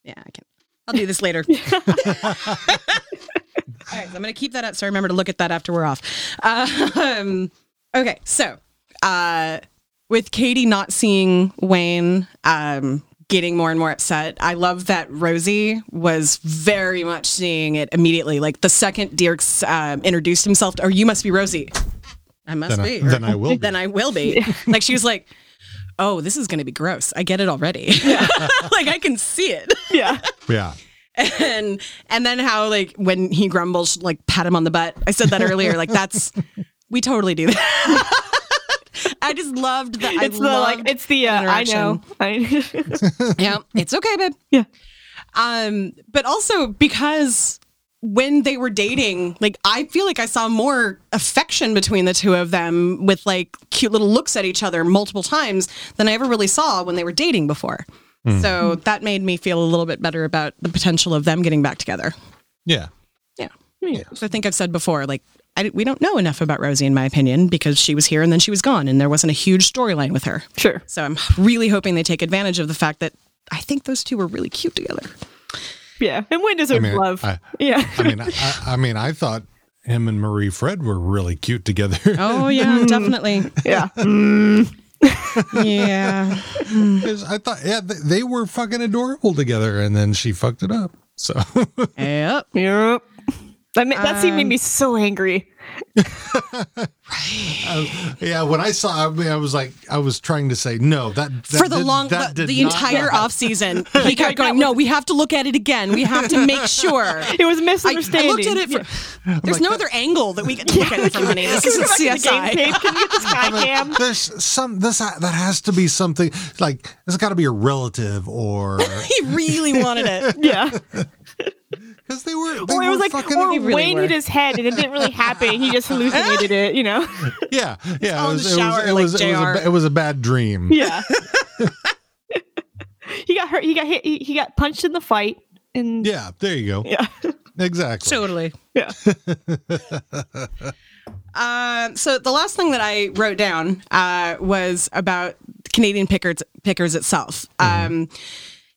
[SPEAKER 4] Yeah, I can. I'll do this later. All right, so I'm gonna keep that up. So I remember to look at that after we're off. Um, okay, so uh, with Katie not seeing Wayne, um, getting more and more upset. I love that Rosie was very much seeing it immediately. Like the second Dirks um, introduced himself, to- or you must be Rosie. I must
[SPEAKER 3] Then I-
[SPEAKER 4] be.
[SPEAKER 3] then I will be.
[SPEAKER 4] Then I will be. Like she was like, oh, this is going to be gross. I get it already. like I can see it.
[SPEAKER 7] Yeah.
[SPEAKER 3] Yeah.
[SPEAKER 4] And and then how like when he grumbles, she'd, like pat him on the butt. I said that earlier. Like that's we totally do that. I just loved that.
[SPEAKER 7] It's the, like, it's the uh, I know.
[SPEAKER 4] yeah, it's okay, babe. Yeah. Um, but also because when they were dating, like I feel like I saw more affection between the two of them with like cute little looks at each other multiple times than I ever really saw when they were dating before.
[SPEAKER 3] Mm.
[SPEAKER 4] So that made me feel a little bit better about the potential of them getting back together.
[SPEAKER 3] Yeah.
[SPEAKER 4] Yeah. So I think I've said before, like, I, we don't know enough about Rosie, in my opinion, because she was here and then she was gone, and there wasn't a huge storyline with her.
[SPEAKER 7] Sure.
[SPEAKER 4] So I'm really hoping they take advantage of the fact that I think those two were really cute together.
[SPEAKER 7] Yeah, and Wayne deserves
[SPEAKER 3] mean,
[SPEAKER 7] love.
[SPEAKER 3] I-
[SPEAKER 7] yeah.
[SPEAKER 3] I mean, I, I mean, I thought him and Marie Fred were really cute together.
[SPEAKER 4] Oh yeah, definitely.
[SPEAKER 7] Yeah.
[SPEAKER 4] yeah.
[SPEAKER 3] 'Cause I thought, yeah, they, they were fucking adorable together, and then she fucked it up. So
[SPEAKER 4] Yep.
[SPEAKER 7] Yep. That, ma- that scene made
[SPEAKER 3] Um,
[SPEAKER 7] me so angry.
[SPEAKER 3] Uh, yeah, when I saw, I, mean, I was like, I was trying to say no. That, that
[SPEAKER 4] For the
[SPEAKER 3] did-
[SPEAKER 4] long,
[SPEAKER 3] that
[SPEAKER 4] the,
[SPEAKER 3] did
[SPEAKER 4] the
[SPEAKER 3] not
[SPEAKER 4] entire
[SPEAKER 3] happen.
[SPEAKER 4] off season, he kept going. No, we have to look at it again. We have to make sure
[SPEAKER 7] It was a
[SPEAKER 4] I, I
[SPEAKER 7] misunderstanding.
[SPEAKER 4] looked at it. For, There's
[SPEAKER 3] like,
[SPEAKER 4] no other angle that we get to look at it from. Honey, this
[SPEAKER 7] Can we
[SPEAKER 4] isn't
[SPEAKER 7] go back to the
[SPEAKER 4] CSI.
[SPEAKER 7] game tape? Can you get this guy
[SPEAKER 3] I mean,
[SPEAKER 7] cam?
[SPEAKER 3] there's some this uh, that has to be something like there's got to be a relative or
[SPEAKER 4] He really wanted it.
[SPEAKER 7] Yeah.
[SPEAKER 3] because they were they
[SPEAKER 7] Or it
[SPEAKER 3] were
[SPEAKER 7] was like,
[SPEAKER 3] fucking,
[SPEAKER 7] or
[SPEAKER 4] They really
[SPEAKER 7] Wayne
[SPEAKER 4] were.
[SPEAKER 7] hit his head and it didn't really happen. He just hallucinated it, you know?
[SPEAKER 3] yeah yeah
[SPEAKER 4] all
[SPEAKER 3] it
[SPEAKER 4] in
[SPEAKER 3] was
[SPEAKER 4] the
[SPEAKER 3] it was
[SPEAKER 4] shower,
[SPEAKER 3] it
[SPEAKER 4] like
[SPEAKER 3] was, it was, a,
[SPEAKER 4] JR.
[SPEAKER 3] ba- it was a bad dream
[SPEAKER 7] Yeah. he got hurt. He got hit. He, he got punched in the fight. And
[SPEAKER 3] yeah there you go
[SPEAKER 7] yeah.
[SPEAKER 3] exactly
[SPEAKER 4] Totally.
[SPEAKER 7] Yeah.
[SPEAKER 4] Uh, so the last thing that I wrote down uh, was about Canadian pickers pickers itself. Um,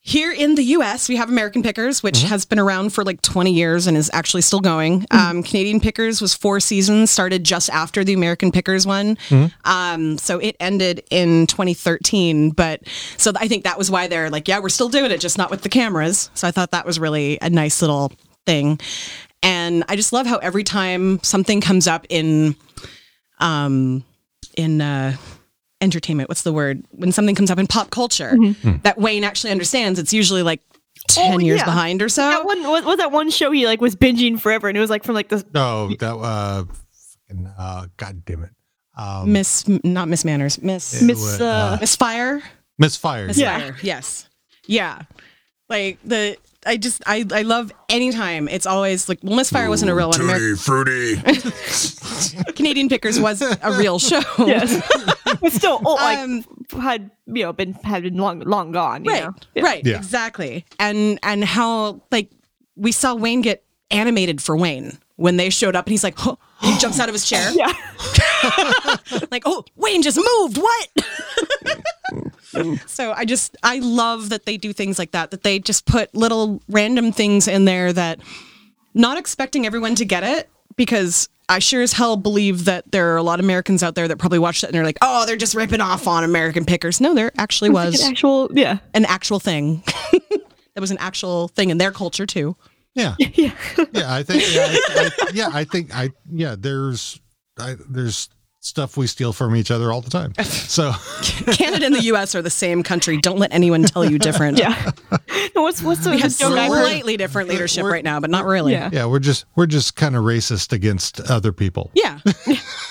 [SPEAKER 4] here in the U.S., we have American Pickers, which has been around for like 20 years and is actually still going. Um, Canadian Pickers was four seasons, started just after the American Pickers one. Um, so it ended in 2013. But so I think that was why they're like, yeah, we're still doing it, just not with the cameras. So I thought that was really a nice little thing. And I just love how every time something comes up in, um, in uh, entertainment, what's the word? When something comes up in pop culture that Wayne actually understands, it's usually like 10 years
[SPEAKER 7] Hmm. Oh, yeah.
[SPEAKER 4] behind or so.
[SPEAKER 7] That one was, was that one show he like was binging forever and it was like from like this.
[SPEAKER 3] no that uh fucking, uh god damn it um
[SPEAKER 4] Miss, not Miss Manners, Miss,
[SPEAKER 3] It was,
[SPEAKER 4] Miss,
[SPEAKER 3] uh,
[SPEAKER 4] uh, Miss Fire.
[SPEAKER 3] misfire
[SPEAKER 4] Miss
[SPEAKER 7] Yeah.
[SPEAKER 4] Fire, Yes. Yeah. Like the, I just, I, I love anytime. It's always like, well, Miss Fire wasn't a real one. Ameri-
[SPEAKER 3] fruity
[SPEAKER 4] Canadian Pickers was a real show.
[SPEAKER 7] Yes. it's still old, like
[SPEAKER 4] Um,
[SPEAKER 7] had you know been had been long long gone. You
[SPEAKER 4] right
[SPEAKER 7] Know?
[SPEAKER 4] right
[SPEAKER 3] Yeah.
[SPEAKER 4] exactly and and how like we saw wayne get animated for wayne when they showed up and he's like "Huh," he jumps out of his chair
[SPEAKER 7] Yeah.
[SPEAKER 4] like oh wayne just moved what so i just i love that they do things like that that they just put little random things in there that not expecting everyone to get it because I sure as hell believe that there are a lot of Americans out there that probably watch that and they're like, oh, they're just ripping off on American Pickers. No, there actually was
[SPEAKER 7] An actual yeah.
[SPEAKER 4] an actual thing. that was an actual thing in their culture too.
[SPEAKER 3] yeah yeah i think yeah I, I- yeah I think i yeah there's I, there's stuff we steal from each other all the time. So
[SPEAKER 4] Canada and the U.S. are the same country. Don't let anyone tell you different.
[SPEAKER 7] Yeah. What's what's the
[SPEAKER 4] we have
[SPEAKER 7] joke I heard?
[SPEAKER 4] slightly different leadership right now, but not really.
[SPEAKER 3] yeah. we're just we're just kind of racist against other people.
[SPEAKER 4] Yeah.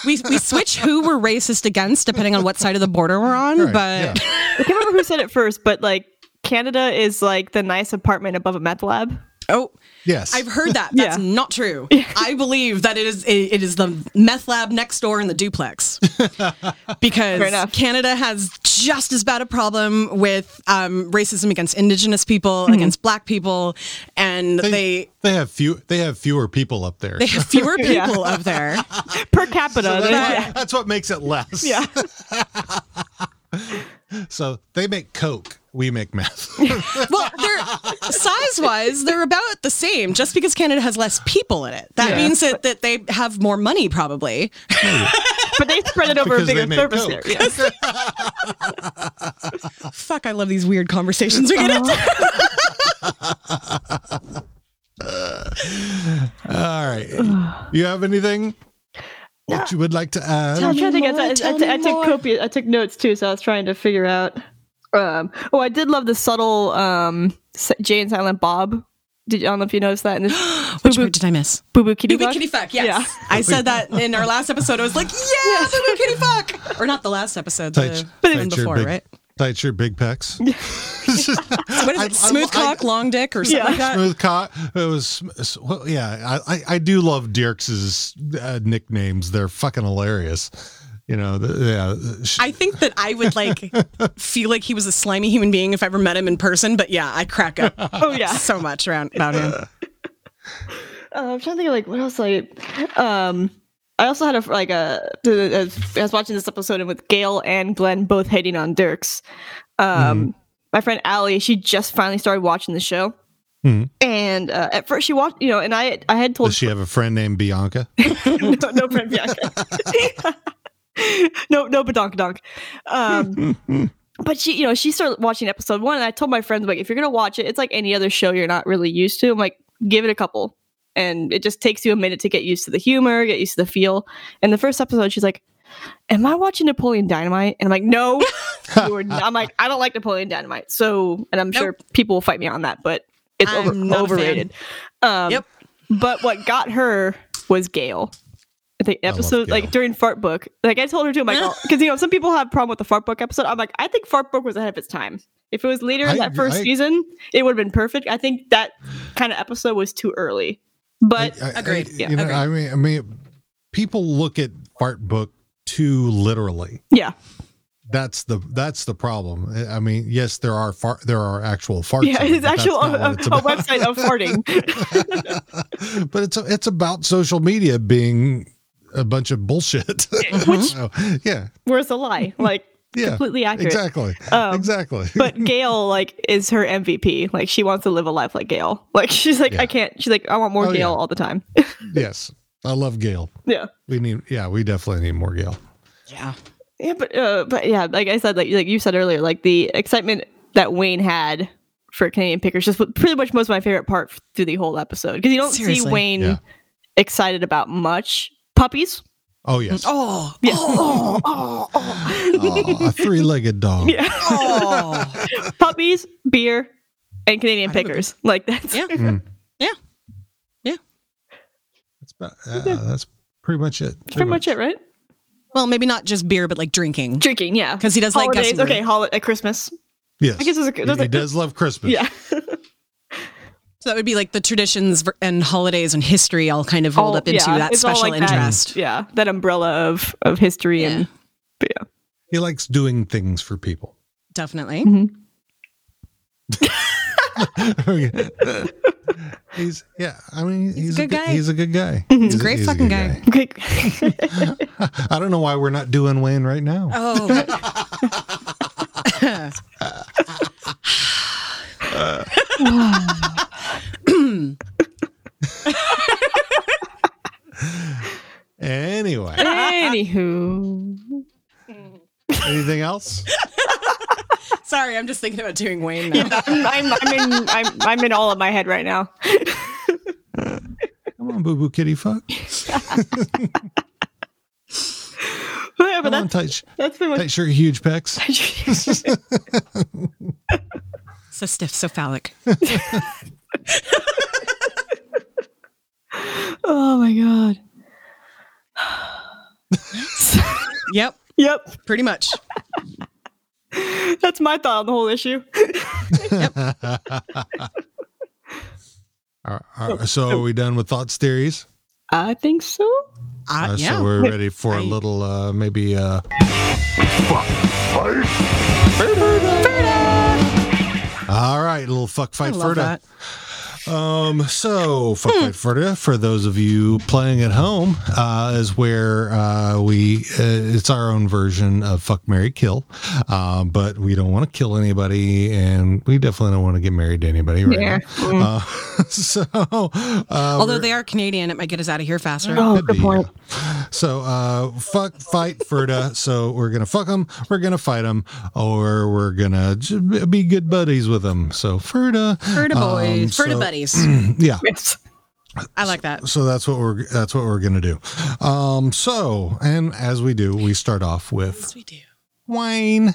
[SPEAKER 4] we, we switch who we're racist against depending on what side of the border we're on, but
[SPEAKER 7] I can't remember who said it first, but like Canada is like the nice apartment above a meth lab.
[SPEAKER 4] Oh,
[SPEAKER 3] Yes.
[SPEAKER 4] I've heard that. That's not true. I believe that it is it, it is the meth lab next door in the duplex.
[SPEAKER 7] Fair
[SPEAKER 4] Because
[SPEAKER 7] enough.
[SPEAKER 4] Canada has just as bad a problem with um, racism against indigenous people, against black people, and Mm-hmm. they, they,
[SPEAKER 3] They have few they have fewer people up there.
[SPEAKER 4] have fewer people
[SPEAKER 3] Yeah.
[SPEAKER 4] up there.
[SPEAKER 7] Per capita.
[SPEAKER 3] So that's,
[SPEAKER 7] they-
[SPEAKER 3] why- that's what makes it less.
[SPEAKER 7] Yeah.
[SPEAKER 3] So they make coke, we make meth.
[SPEAKER 4] well, they're size wise, they're about the same. Just because Canada has less people in it, that
[SPEAKER 3] Yeah.
[SPEAKER 4] means that, that they have more money, probably.
[SPEAKER 7] but they spread it
[SPEAKER 3] over a Because they bigger make surface coke. area.
[SPEAKER 4] Fuck, I love these weird conversations we get into.
[SPEAKER 3] All right. You have anything that you would like to add?
[SPEAKER 7] I'm trying to think. I, I, I, I took copious, I took notes too, so I was trying to figure out. Um, oh, I did love the subtle um, S- Jay and Silent Bob. Did I don't know if you noticed that. In this
[SPEAKER 4] Which part did I miss?
[SPEAKER 7] Boo boo kitty
[SPEAKER 4] Boo Boo
[SPEAKER 7] fuck?
[SPEAKER 4] kitty fuck, yes. I said that in our last episode. I was like, yeah, boo boo kitty fuck. Or not the last episode,
[SPEAKER 3] Tight,
[SPEAKER 4] the one before,
[SPEAKER 3] big,
[SPEAKER 4] right?
[SPEAKER 3] Tight shirt, big pecs.
[SPEAKER 4] What is it? Smooth cock, long dick, or something like that?
[SPEAKER 3] Smooth cock. It was. sm- s- Well, yeah, I, I, I do love Dirks's uh, nicknames. They're fucking hilarious. You know. The, yeah. sh-
[SPEAKER 4] I think that I would like feel like he was a slimy human being if I ever met him in person, but yeah, I crack up
[SPEAKER 7] Oh, yeah.
[SPEAKER 4] so much around about him.
[SPEAKER 7] Uh, I'm trying to think of like what else I. Um, I also had a like a. I was watching this episode and with Gail and Glenn both hating on Dirks.
[SPEAKER 3] Mm-hmm.
[SPEAKER 7] Um, my friend Allie, she just finally started watching the show,
[SPEAKER 3] Hmm.
[SPEAKER 7] and uh, at first she watched, you know, and I I had told
[SPEAKER 3] Does she have a friend named Bianca?
[SPEAKER 7] no, no friend Bianca. no, no badonk donk. Um, but she, you know, she started watching episode one, and I told my friends like, if you're gonna watch it, it's like any other show you're not really used to. I'm like, give it a couple, and it just takes you a minute to get used to the humor, get used to the feel. And the first episode, she's like. Am I watching Napoleon Dynamite? And I'm like, no, you are not. I'm like, I don't like Napoleon Dynamite. So, and I'm sure people will fight me on that, but it's
[SPEAKER 4] I'm
[SPEAKER 7] over,
[SPEAKER 4] not a fan.
[SPEAKER 7] overrated. Um, yep. But what got her was Gail. The episode, like during Fart Book, like I told her too, I'm like, because you know, some people have problem with the Fart Book episode. I'm like, I think Fart Book was ahead of its time. If it was later
[SPEAKER 3] I
[SPEAKER 7] in that
[SPEAKER 3] agree-
[SPEAKER 7] first
[SPEAKER 3] I-
[SPEAKER 7] season, it would have been perfect. I think that kind of episode was too early. But
[SPEAKER 3] agreed.
[SPEAKER 7] Yeah,
[SPEAKER 3] you know,
[SPEAKER 7] agreed.
[SPEAKER 3] I mean, I mean, people look at Fart Book too literally.
[SPEAKER 7] yeah,
[SPEAKER 3] That's the that's the problem. I mean, yes, there are far, there are actual farts.
[SPEAKER 7] yeah,
[SPEAKER 3] in it,
[SPEAKER 7] it's
[SPEAKER 3] but that's
[SPEAKER 7] actual
[SPEAKER 3] not
[SPEAKER 7] a,
[SPEAKER 3] what
[SPEAKER 7] a
[SPEAKER 3] it's about.
[SPEAKER 7] website of farting.
[SPEAKER 3] but it's it's about social media being a bunch of bullshit. So, yeah,
[SPEAKER 7] Where's the lie? Like
[SPEAKER 3] yeah,
[SPEAKER 7] completely accurate.
[SPEAKER 3] Exactly,
[SPEAKER 7] Um,
[SPEAKER 3] exactly.
[SPEAKER 7] but Gail like is her MVP. Like she wants to live a life like Gail. Like she's like I can't. She's like I want more
[SPEAKER 3] Oh,
[SPEAKER 7] Gail
[SPEAKER 3] yeah.
[SPEAKER 7] all the time.
[SPEAKER 3] yes, I love Gail.
[SPEAKER 7] yeah.
[SPEAKER 3] We need, yeah, we definitely need more Gail.
[SPEAKER 4] Yeah.
[SPEAKER 7] Yeah, but uh, but yeah, like I said, like like you said earlier, like the excitement that Wayne had for Canadian Pickers just was pretty much most of my favorite part through the whole episode because you don't see
[SPEAKER 4] Seriously.
[SPEAKER 7] Wayne
[SPEAKER 3] Yeah.
[SPEAKER 7] excited about much puppies.
[SPEAKER 3] Oh yes,
[SPEAKER 4] Oh,
[SPEAKER 7] Yeah.
[SPEAKER 4] oh,
[SPEAKER 3] Aw, a three-legged dog.
[SPEAKER 7] Yeah. Oh. puppies, beer, and Canadian Pickers. Like that's
[SPEAKER 4] Yeah.
[SPEAKER 3] Mm.
[SPEAKER 4] Yeah. Yeah.
[SPEAKER 3] That's about, yeah, that's pretty much it.
[SPEAKER 7] pretty much it, right?
[SPEAKER 4] Well, maybe not just beer, but like drinking.
[SPEAKER 7] Drinking, yeah,
[SPEAKER 4] 'Cause he does like
[SPEAKER 7] holidays.
[SPEAKER 4] Gussenberg.
[SPEAKER 7] okay, holiday, Christmas.
[SPEAKER 3] Yes,
[SPEAKER 7] I guess there's a- there's
[SPEAKER 3] he
[SPEAKER 7] a-
[SPEAKER 3] does love Christmas.
[SPEAKER 7] Yeah,
[SPEAKER 4] So that would be like the traditions ver- and holidays and history all kind of rolled
[SPEAKER 7] All-
[SPEAKER 4] up into
[SPEAKER 7] yeah,
[SPEAKER 4] that
[SPEAKER 7] it's all
[SPEAKER 4] special
[SPEAKER 7] like that-
[SPEAKER 4] interest.
[SPEAKER 7] yeah, that umbrella of of history and yeah,
[SPEAKER 3] He likes doing things for people.
[SPEAKER 4] Definitely.
[SPEAKER 3] he's yeah. I mean, he's, a
[SPEAKER 4] good
[SPEAKER 3] good
[SPEAKER 4] guy.
[SPEAKER 3] He's a good guy.
[SPEAKER 4] He's a great
[SPEAKER 3] he's
[SPEAKER 4] fucking
[SPEAKER 3] good
[SPEAKER 4] guy.
[SPEAKER 3] I don't know why we're not doing Wayne right now.
[SPEAKER 4] Oh.
[SPEAKER 3] Anyway,
[SPEAKER 7] Anywho,
[SPEAKER 3] anything else?
[SPEAKER 4] Sorry, I'm just thinking about doing Wayne now.
[SPEAKER 7] I'm, I'm, I'm in I'm, I'm in all of my head right now.
[SPEAKER 3] Come on, boo boo kitty fuck. Put on tight, sh-
[SPEAKER 7] that's pretty much-
[SPEAKER 3] tight shirt, huge pecs.
[SPEAKER 4] So stiff, so phallic.
[SPEAKER 7] oh my god.
[SPEAKER 4] yep.
[SPEAKER 7] Yep.
[SPEAKER 4] Pretty much.
[SPEAKER 3] Uh,
[SPEAKER 7] That's my thought on the whole issue.
[SPEAKER 3] All right, so are we done with thoughts, theories?
[SPEAKER 7] I think so.
[SPEAKER 3] Uh, So we're ready for a little, uh, maybe. Uh, fuck fight. All right, little fuck fight
[SPEAKER 2] I love
[SPEAKER 3] Ferda. Um, so fuck
[SPEAKER 4] Hmm.
[SPEAKER 3] fight Ferda for those of you playing at home uh, is where uh, we uh, it's our own version of fuck Mary kill, uh, but we don't want to kill anybody, and we definitely don't want to get married to anybody right
[SPEAKER 4] Yeah. Mm.
[SPEAKER 3] now. Uh, so, uh,
[SPEAKER 4] Although
[SPEAKER 3] we're-
[SPEAKER 4] they are Canadian, it might get us out of here faster.
[SPEAKER 3] Could be, yeah. So, uh, fuck, fight, Ferda. so we're gonna fuck them, we're gonna fight them, or we're gonna j- be good buddies with them. So Ferda,
[SPEAKER 4] Ferda boys, Ferda buddies.
[SPEAKER 3] um, yeah.
[SPEAKER 4] I like that.
[SPEAKER 3] So that's what we're that's what we're gonna do. Um, so and as we do, we start off with Wayne.
[SPEAKER 4] All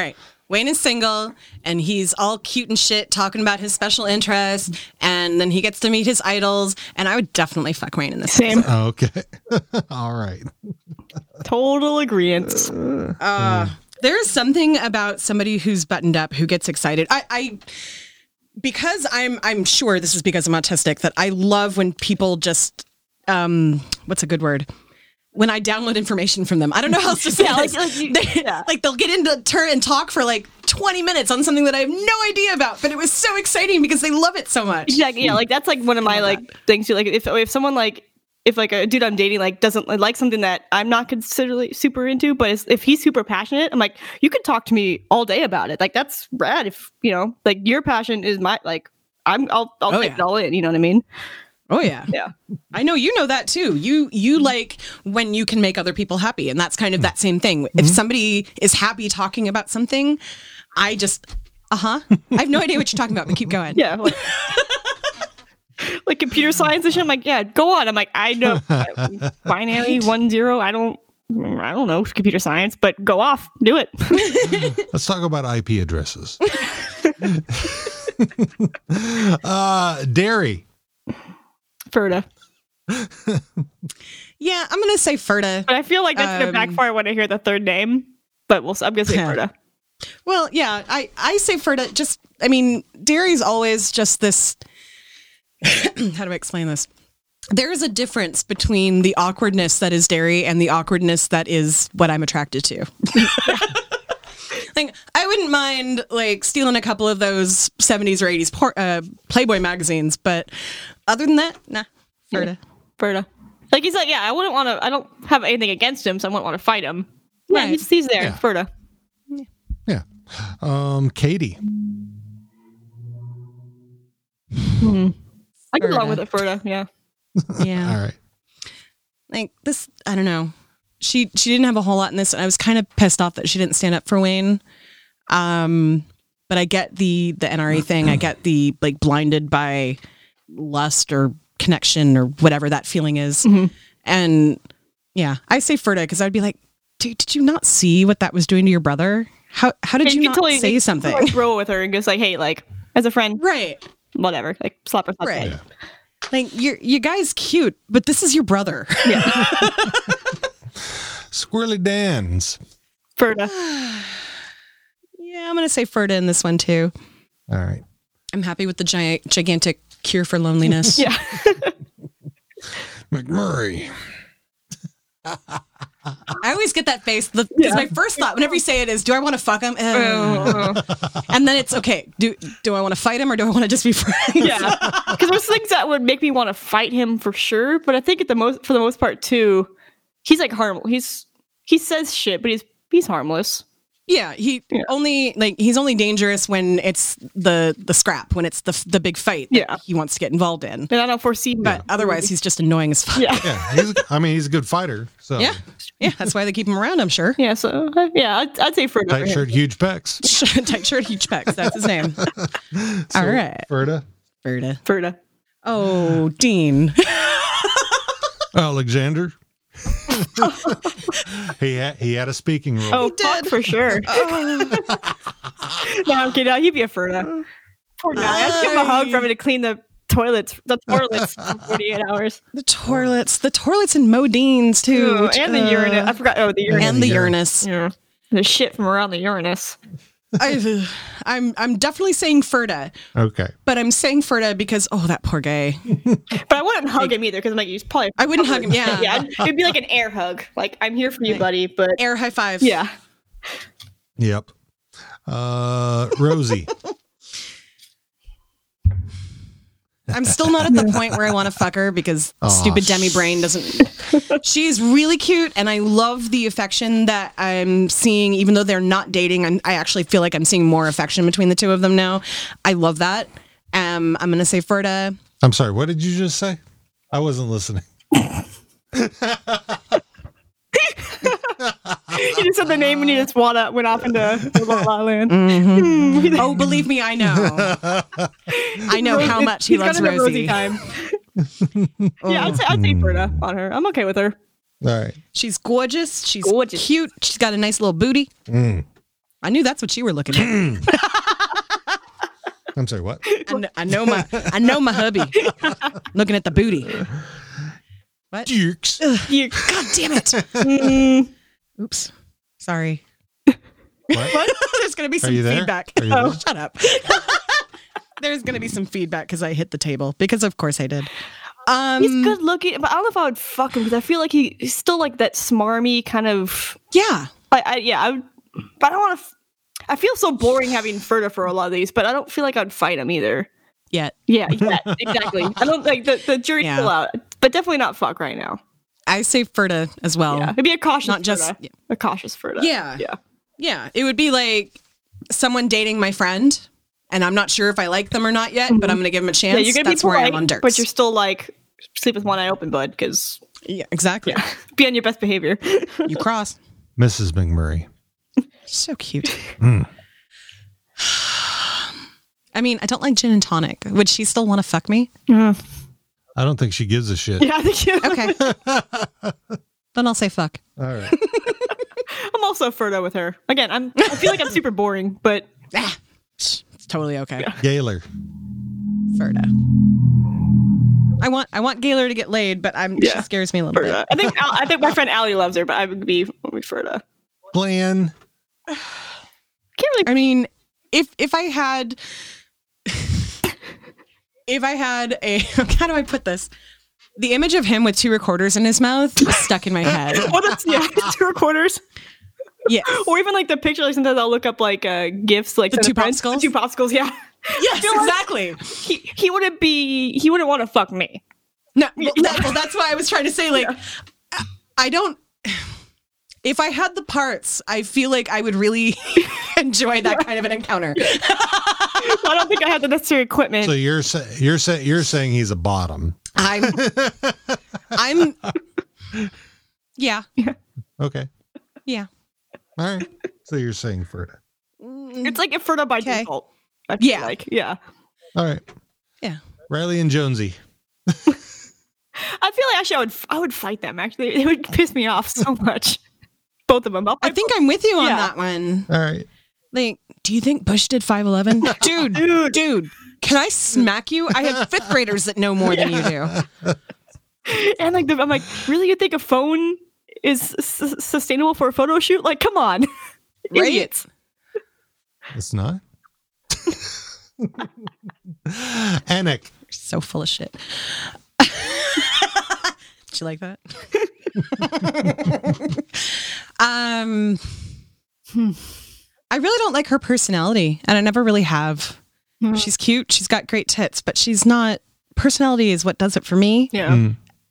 [SPEAKER 4] right. Wayne is single and he's all cute and shit talking about his special interests and then he gets to meet his idols and I would definitely fuck Wayne in this. Same.
[SPEAKER 3] okay, all right.
[SPEAKER 7] Total agreement. Mm.
[SPEAKER 4] Uh, there is something about somebody who's buttoned up who gets excited. I, I because I'm I'm sure this is because I'm autistic that I love when people just um what's a good word? When I download information from them. I don't know how else to say
[SPEAKER 7] Yeah, like-
[SPEAKER 4] this.
[SPEAKER 7] like you-
[SPEAKER 4] They- like they'll get into turn and talk for like 20 minutes on something that I have no idea about, but it was so exciting because they love it so much.
[SPEAKER 7] Yeah, yeah, like that's like one of my like things too. Like if if someone like if like a dude I'm dating like doesn't like something that I'm not considerably super into, but it's, if he's super passionate, I'm like, you could talk to me all day about it. Like that's rad. If you know, like your passion is my like, I'm I'll
[SPEAKER 3] Oh,
[SPEAKER 7] I'll take it all in. You know what I mean?
[SPEAKER 4] Oh yeah.
[SPEAKER 7] Yeah.
[SPEAKER 4] I know you know that too. You you like when you can make other people happy and that's kind of that same thing. If somebody is happy talking about something, I just uh-huh. I have no idea what you're talking about, but keep going.
[SPEAKER 7] Yeah. Like, like computer science and shit. I'm like, yeah, go on. I'm like, I know binary one zero. I don't. I don't know computer science, but go off, do it.
[SPEAKER 3] Let's talk about IP addresses. uh, dairy.
[SPEAKER 7] Ferda.
[SPEAKER 4] Yeah, I'm gonna say Ferda.
[SPEAKER 7] But I feel like that's gonna
[SPEAKER 4] Um,
[SPEAKER 7] backfire when I hear the third name. But we'll. I'm gonna say Ferda.
[SPEAKER 4] Well, yeah, I I say Ferda just I mean, dairy's always just this how do I explain this? There is a difference between the awkwardness that is dairy and the awkwardness that is what I'm attracted to. like I wouldn't mind like stealing a couple of those 70s or 80s por- uh, Playboy magazines, but other than that, nah. Ferda.
[SPEAKER 7] Ferda. Like he's like, yeah, I wouldn't want to. I don't have anything against him, so I wouldn't want to fight him. Yeah, he's, he's there,
[SPEAKER 3] Yeah.
[SPEAKER 7] Ferda.
[SPEAKER 3] Um, Katie.
[SPEAKER 7] I get along
[SPEAKER 4] Ferda.
[SPEAKER 7] with it, Ferda. Yeah.
[SPEAKER 4] Yeah.
[SPEAKER 3] All right.
[SPEAKER 4] Like this, I don't know. She she didn't have a whole lot in this, and I was kind of pissed off that she didn't stand up for Wayne. Um, but I get the the NRA thing. I get the like blinded by lust or connection or whatever that feeling is.
[SPEAKER 7] Mm-hmm.
[SPEAKER 4] And yeah, I say Ferda because I'd be like, dude, did you not see what that was doing to your brother? How how did
[SPEAKER 7] And
[SPEAKER 4] you
[SPEAKER 7] can
[SPEAKER 4] not
[SPEAKER 7] totally-
[SPEAKER 4] say
[SPEAKER 7] you can
[SPEAKER 4] something?
[SPEAKER 7] totally Roll with her and goes like, hey, like as a friend,
[SPEAKER 4] right?
[SPEAKER 7] Whatever, like slap her.
[SPEAKER 4] Right. Like you you guys cute, but this is your brother.
[SPEAKER 3] Squirrely Dan's.
[SPEAKER 7] Ferda.
[SPEAKER 4] yeah, I'm gonna say Ferda in this one too.
[SPEAKER 3] All right.
[SPEAKER 4] I'm happy with the giant, gigantic cure for loneliness.
[SPEAKER 7] yeah.
[SPEAKER 3] McMurray.
[SPEAKER 4] I always get that face because my first thought whenever you say it is, do I want to fuck him? Ugh. and then it's okay. Do do I want to fight him or do I want to just be friends?
[SPEAKER 7] yeah because there's things that would make me want to fight him for sure but i think at the most for the most part too he's like harmless he's he says shit but he's he's harmless
[SPEAKER 4] Yeah, he only like he's only dangerous when it's the the scrap, when it's the the big fight. That yeah, he wants to get involved in.
[SPEAKER 7] And I don't foresee,
[SPEAKER 4] but otherwise he's just annoying as fuck. Yeah,
[SPEAKER 3] yeah. He's, I mean, he's a good fighter. So
[SPEAKER 4] yeah, that's why they keep him around. I'm sure.
[SPEAKER 7] Yeah, so uh, yeah, I'd, I'd say for
[SPEAKER 3] tight shirt, huge pecs.
[SPEAKER 4] tight shirt, huge pecs. That's his name. All right,
[SPEAKER 3] Ferda.
[SPEAKER 4] Ferda.
[SPEAKER 7] Ferda.
[SPEAKER 4] Oh, Dean.
[SPEAKER 3] Alexander. He had, he had a speaking role.
[SPEAKER 7] Oh, fuck for sure. no, I'm kidding. I'll give you a Ferna. Poor guy. I'd give him a hug for having to clean the toilets, the toilets for 48 hours.
[SPEAKER 4] The toilets, the toilets in Modine's too,
[SPEAKER 7] Ooh, and the Uranus. I forgot. Oh, the Uranus.
[SPEAKER 4] uh, and the Uranus.
[SPEAKER 7] Yeah, the shit from around the Uranus.
[SPEAKER 4] I, I'm I'm definitely saying Ferda,
[SPEAKER 3] Okay.
[SPEAKER 4] but I'm saying Ferda because oh that poor gay.
[SPEAKER 7] But I wouldn't hug him either because I'm like, he's probably.
[SPEAKER 4] I wouldn't hug him, yeah.
[SPEAKER 7] yeah. I'd- It'd be like an air hug. Like, I'm here for you, buddy. But
[SPEAKER 4] air high five.
[SPEAKER 7] Yeah.
[SPEAKER 3] Yep. Uh, Rosie.
[SPEAKER 4] I'm still not at the point where I want to fuck her because
[SPEAKER 3] Aw,
[SPEAKER 4] stupid demi brain doesn't. She's really cute, and I love the affection that I'm seeing. Even though they're not dating, I'm, I actually feel like I'm seeing more affection between the two of them now. I love that. Um, I'm gonna say Ferda.
[SPEAKER 3] I'm sorry. What did you just say? I wasn't listening.
[SPEAKER 7] you just said the name and you just wanna, went off into La La Land.
[SPEAKER 4] oh, believe me, I know. I know how much he
[SPEAKER 7] He's got
[SPEAKER 4] loves
[SPEAKER 7] another
[SPEAKER 4] Rosie. Mm.
[SPEAKER 7] time. yeah, I'd say, I'd say Berta on her. I'm okay with her.
[SPEAKER 3] All right.
[SPEAKER 4] She's gorgeous. She's cute. She's got a nice little booty.
[SPEAKER 3] Mm.
[SPEAKER 4] I knew that's what you were looking at.
[SPEAKER 3] I'm sorry. What?
[SPEAKER 4] I, kn- I know my I know my hubby. looking at the booty. What?
[SPEAKER 3] Dukes.
[SPEAKER 7] You,
[SPEAKER 4] God damn it. Mm. Oops. Sorry.
[SPEAKER 3] What?
[SPEAKER 4] There's going to be
[SPEAKER 3] Are
[SPEAKER 4] some
[SPEAKER 3] you there?
[SPEAKER 4] feedback.
[SPEAKER 3] Are you
[SPEAKER 4] Oh,
[SPEAKER 3] there?
[SPEAKER 4] shut up. There's going to be some feedback because I hit the table because of course I did. Um,
[SPEAKER 7] he's good looking, but I don't know if I would fuck him because I feel like he, he's still like that smarmy kind of.
[SPEAKER 4] Yeah.
[SPEAKER 7] I, I yeah, I would, but I don't want to. F- I feel so boring having Ferda for a lot of these, but I don't feel like I'd fight him either.
[SPEAKER 4] Yet.
[SPEAKER 7] Yeah, yeah, exactly. I don't like the the jury's
[SPEAKER 4] Yeah.
[SPEAKER 7] still out, but definitely not fuck right now.
[SPEAKER 4] I say Ferda as well. Yeah.
[SPEAKER 7] It'd be a cautious,
[SPEAKER 4] Not just-
[SPEAKER 7] Ferda. a cautious Ferda.
[SPEAKER 4] Yeah.
[SPEAKER 7] yeah.
[SPEAKER 4] Yeah, it would be like someone dating my friend and I'm not sure if I like them or not yet, but I'm going to give them a chance.
[SPEAKER 7] yeah, you're gonna
[SPEAKER 4] That's
[SPEAKER 7] be
[SPEAKER 4] where I
[SPEAKER 7] polite,
[SPEAKER 4] am on dirt.
[SPEAKER 7] but you're still like sleep with one eye open, bud, because
[SPEAKER 4] yeah, exactly.
[SPEAKER 7] be on your best behavior.
[SPEAKER 4] you cross.
[SPEAKER 3] Mrs. McMurray.
[SPEAKER 4] So cute.
[SPEAKER 3] Mm.
[SPEAKER 4] I mean, I don't like gin and tonic. Would she still want to fuck me?
[SPEAKER 3] I don't think she gives a shit.
[SPEAKER 7] Yeah, I think you.
[SPEAKER 4] Okay. then I'll say fuck.
[SPEAKER 3] All right.
[SPEAKER 7] I'm also Ferda with her. Again, I'm. I feel like I'm super boring, but
[SPEAKER 4] It's totally okay.
[SPEAKER 3] Gaylor.
[SPEAKER 4] Ferda. I want I want Gaylor to get laid, but I'm she scares me a little
[SPEAKER 7] Ferda. I think Al- I think my friend Allie loves her, but I would be I would be Ferda.
[SPEAKER 3] Plan.
[SPEAKER 4] bit. I mean, if if I had if I had a how do I put this? The image of him with two recorders in his mouth is stuck in my head.
[SPEAKER 7] well, that's yeah, two recorders.
[SPEAKER 4] Yeah,
[SPEAKER 7] or even like the picture. Like sometimes I'll look up like uh, gifts, like
[SPEAKER 4] The
[SPEAKER 7] sent
[SPEAKER 4] two
[SPEAKER 7] to friends. The two popsicles. Yeah.
[SPEAKER 4] Yes, exactly.
[SPEAKER 7] He he wouldn't be he wouldn't want to fuck me.
[SPEAKER 4] No, well, that- well, that's why I was trying to say, like, I- I don't. If I had the parts, I feel like I would really enjoy that kind of an encounter.
[SPEAKER 7] I don't think I have the necessary equipment.
[SPEAKER 3] So you're sa- you're sa- you're saying he's a bottom.
[SPEAKER 4] I'm, I'm, yeah,
[SPEAKER 3] Okay.
[SPEAKER 4] yeah.
[SPEAKER 3] All right. So you're saying Ferda.
[SPEAKER 7] it's like Inferno by default. I feel
[SPEAKER 4] Mm. Yeah.
[SPEAKER 7] like yeah.
[SPEAKER 3] All right.
[SPEAKER 4] Yeah.
[SPEAKER 3] Riley and Jonesy.
[SPEAKER 7] I feel like actually I would I would fight them. Actually, they would piss me off so much. Both of them. I'll
[SPEAKER 4] I think I'm with you on
[SPEAKER 7] Yeah.
[SPEAKER 4] that one.
[SPEAKER 3] All right.
[SPEAKER 4] Like, do you think Bush did 511? Dude, dude, dude, can I smack you? I have fifth graders that know more than you do.
[SPEAKER 7] and like the, I'm like, really? You think a phone is s- sustainable for a photo shoot? Like, come on,
[SPEAKER 4] Right?
[SPEAKER 7] idiots.
[SPEAKER 3] It's not. Anik.
[SPEAKER 4] So full of shit. Did you like that? um, hmm. I really don't like her personality, and I never really have.
[SPEAKER 7] Yeah.
[SPEAKER 4] She's cute. She's got great tits, but she's not. Personality is what does it for me.
[SPEAKER 7] Yeah,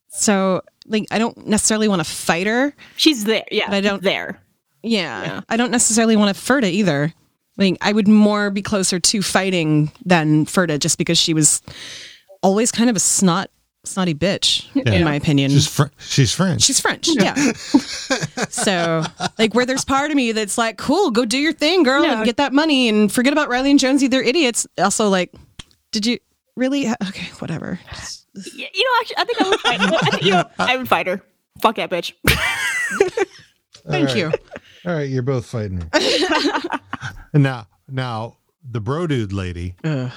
[SPEAKER 4] So, like, I don't necessarily want to fight her.
[SPEAKER 7] she's there. Yeah,
[SPEAKER 4] But I don't-
[SPEAKER 7] there.
[SPEAKER 4] Yeah. I don't necessarily want to Ferda either. Like, I would more be closer to fighting than Ferda just because she was always kind of a snot, snotty bitch, in my opinion.
[SPEAKER 3] She's, fr- she's French.
[SPEAKER 4] She's French. Yeah. so, like, where there's part of me that's like, cool, go do your thing, girl, and get that money and forget about Riley and Jonesy. They're idiots. Also, like, did you really? Okay, whatever.
[SPEAKER 7] Y- You know, actually, I think I would fight. I, think, you know, I would fight her. Fuck that bitch.
[SPEAKER 4] Thank
[SPEAKER 3] All right.
[SPEAKER 4] you.
[SPEAKER 3] All right, you're both fighting. now, now the bro dude lady.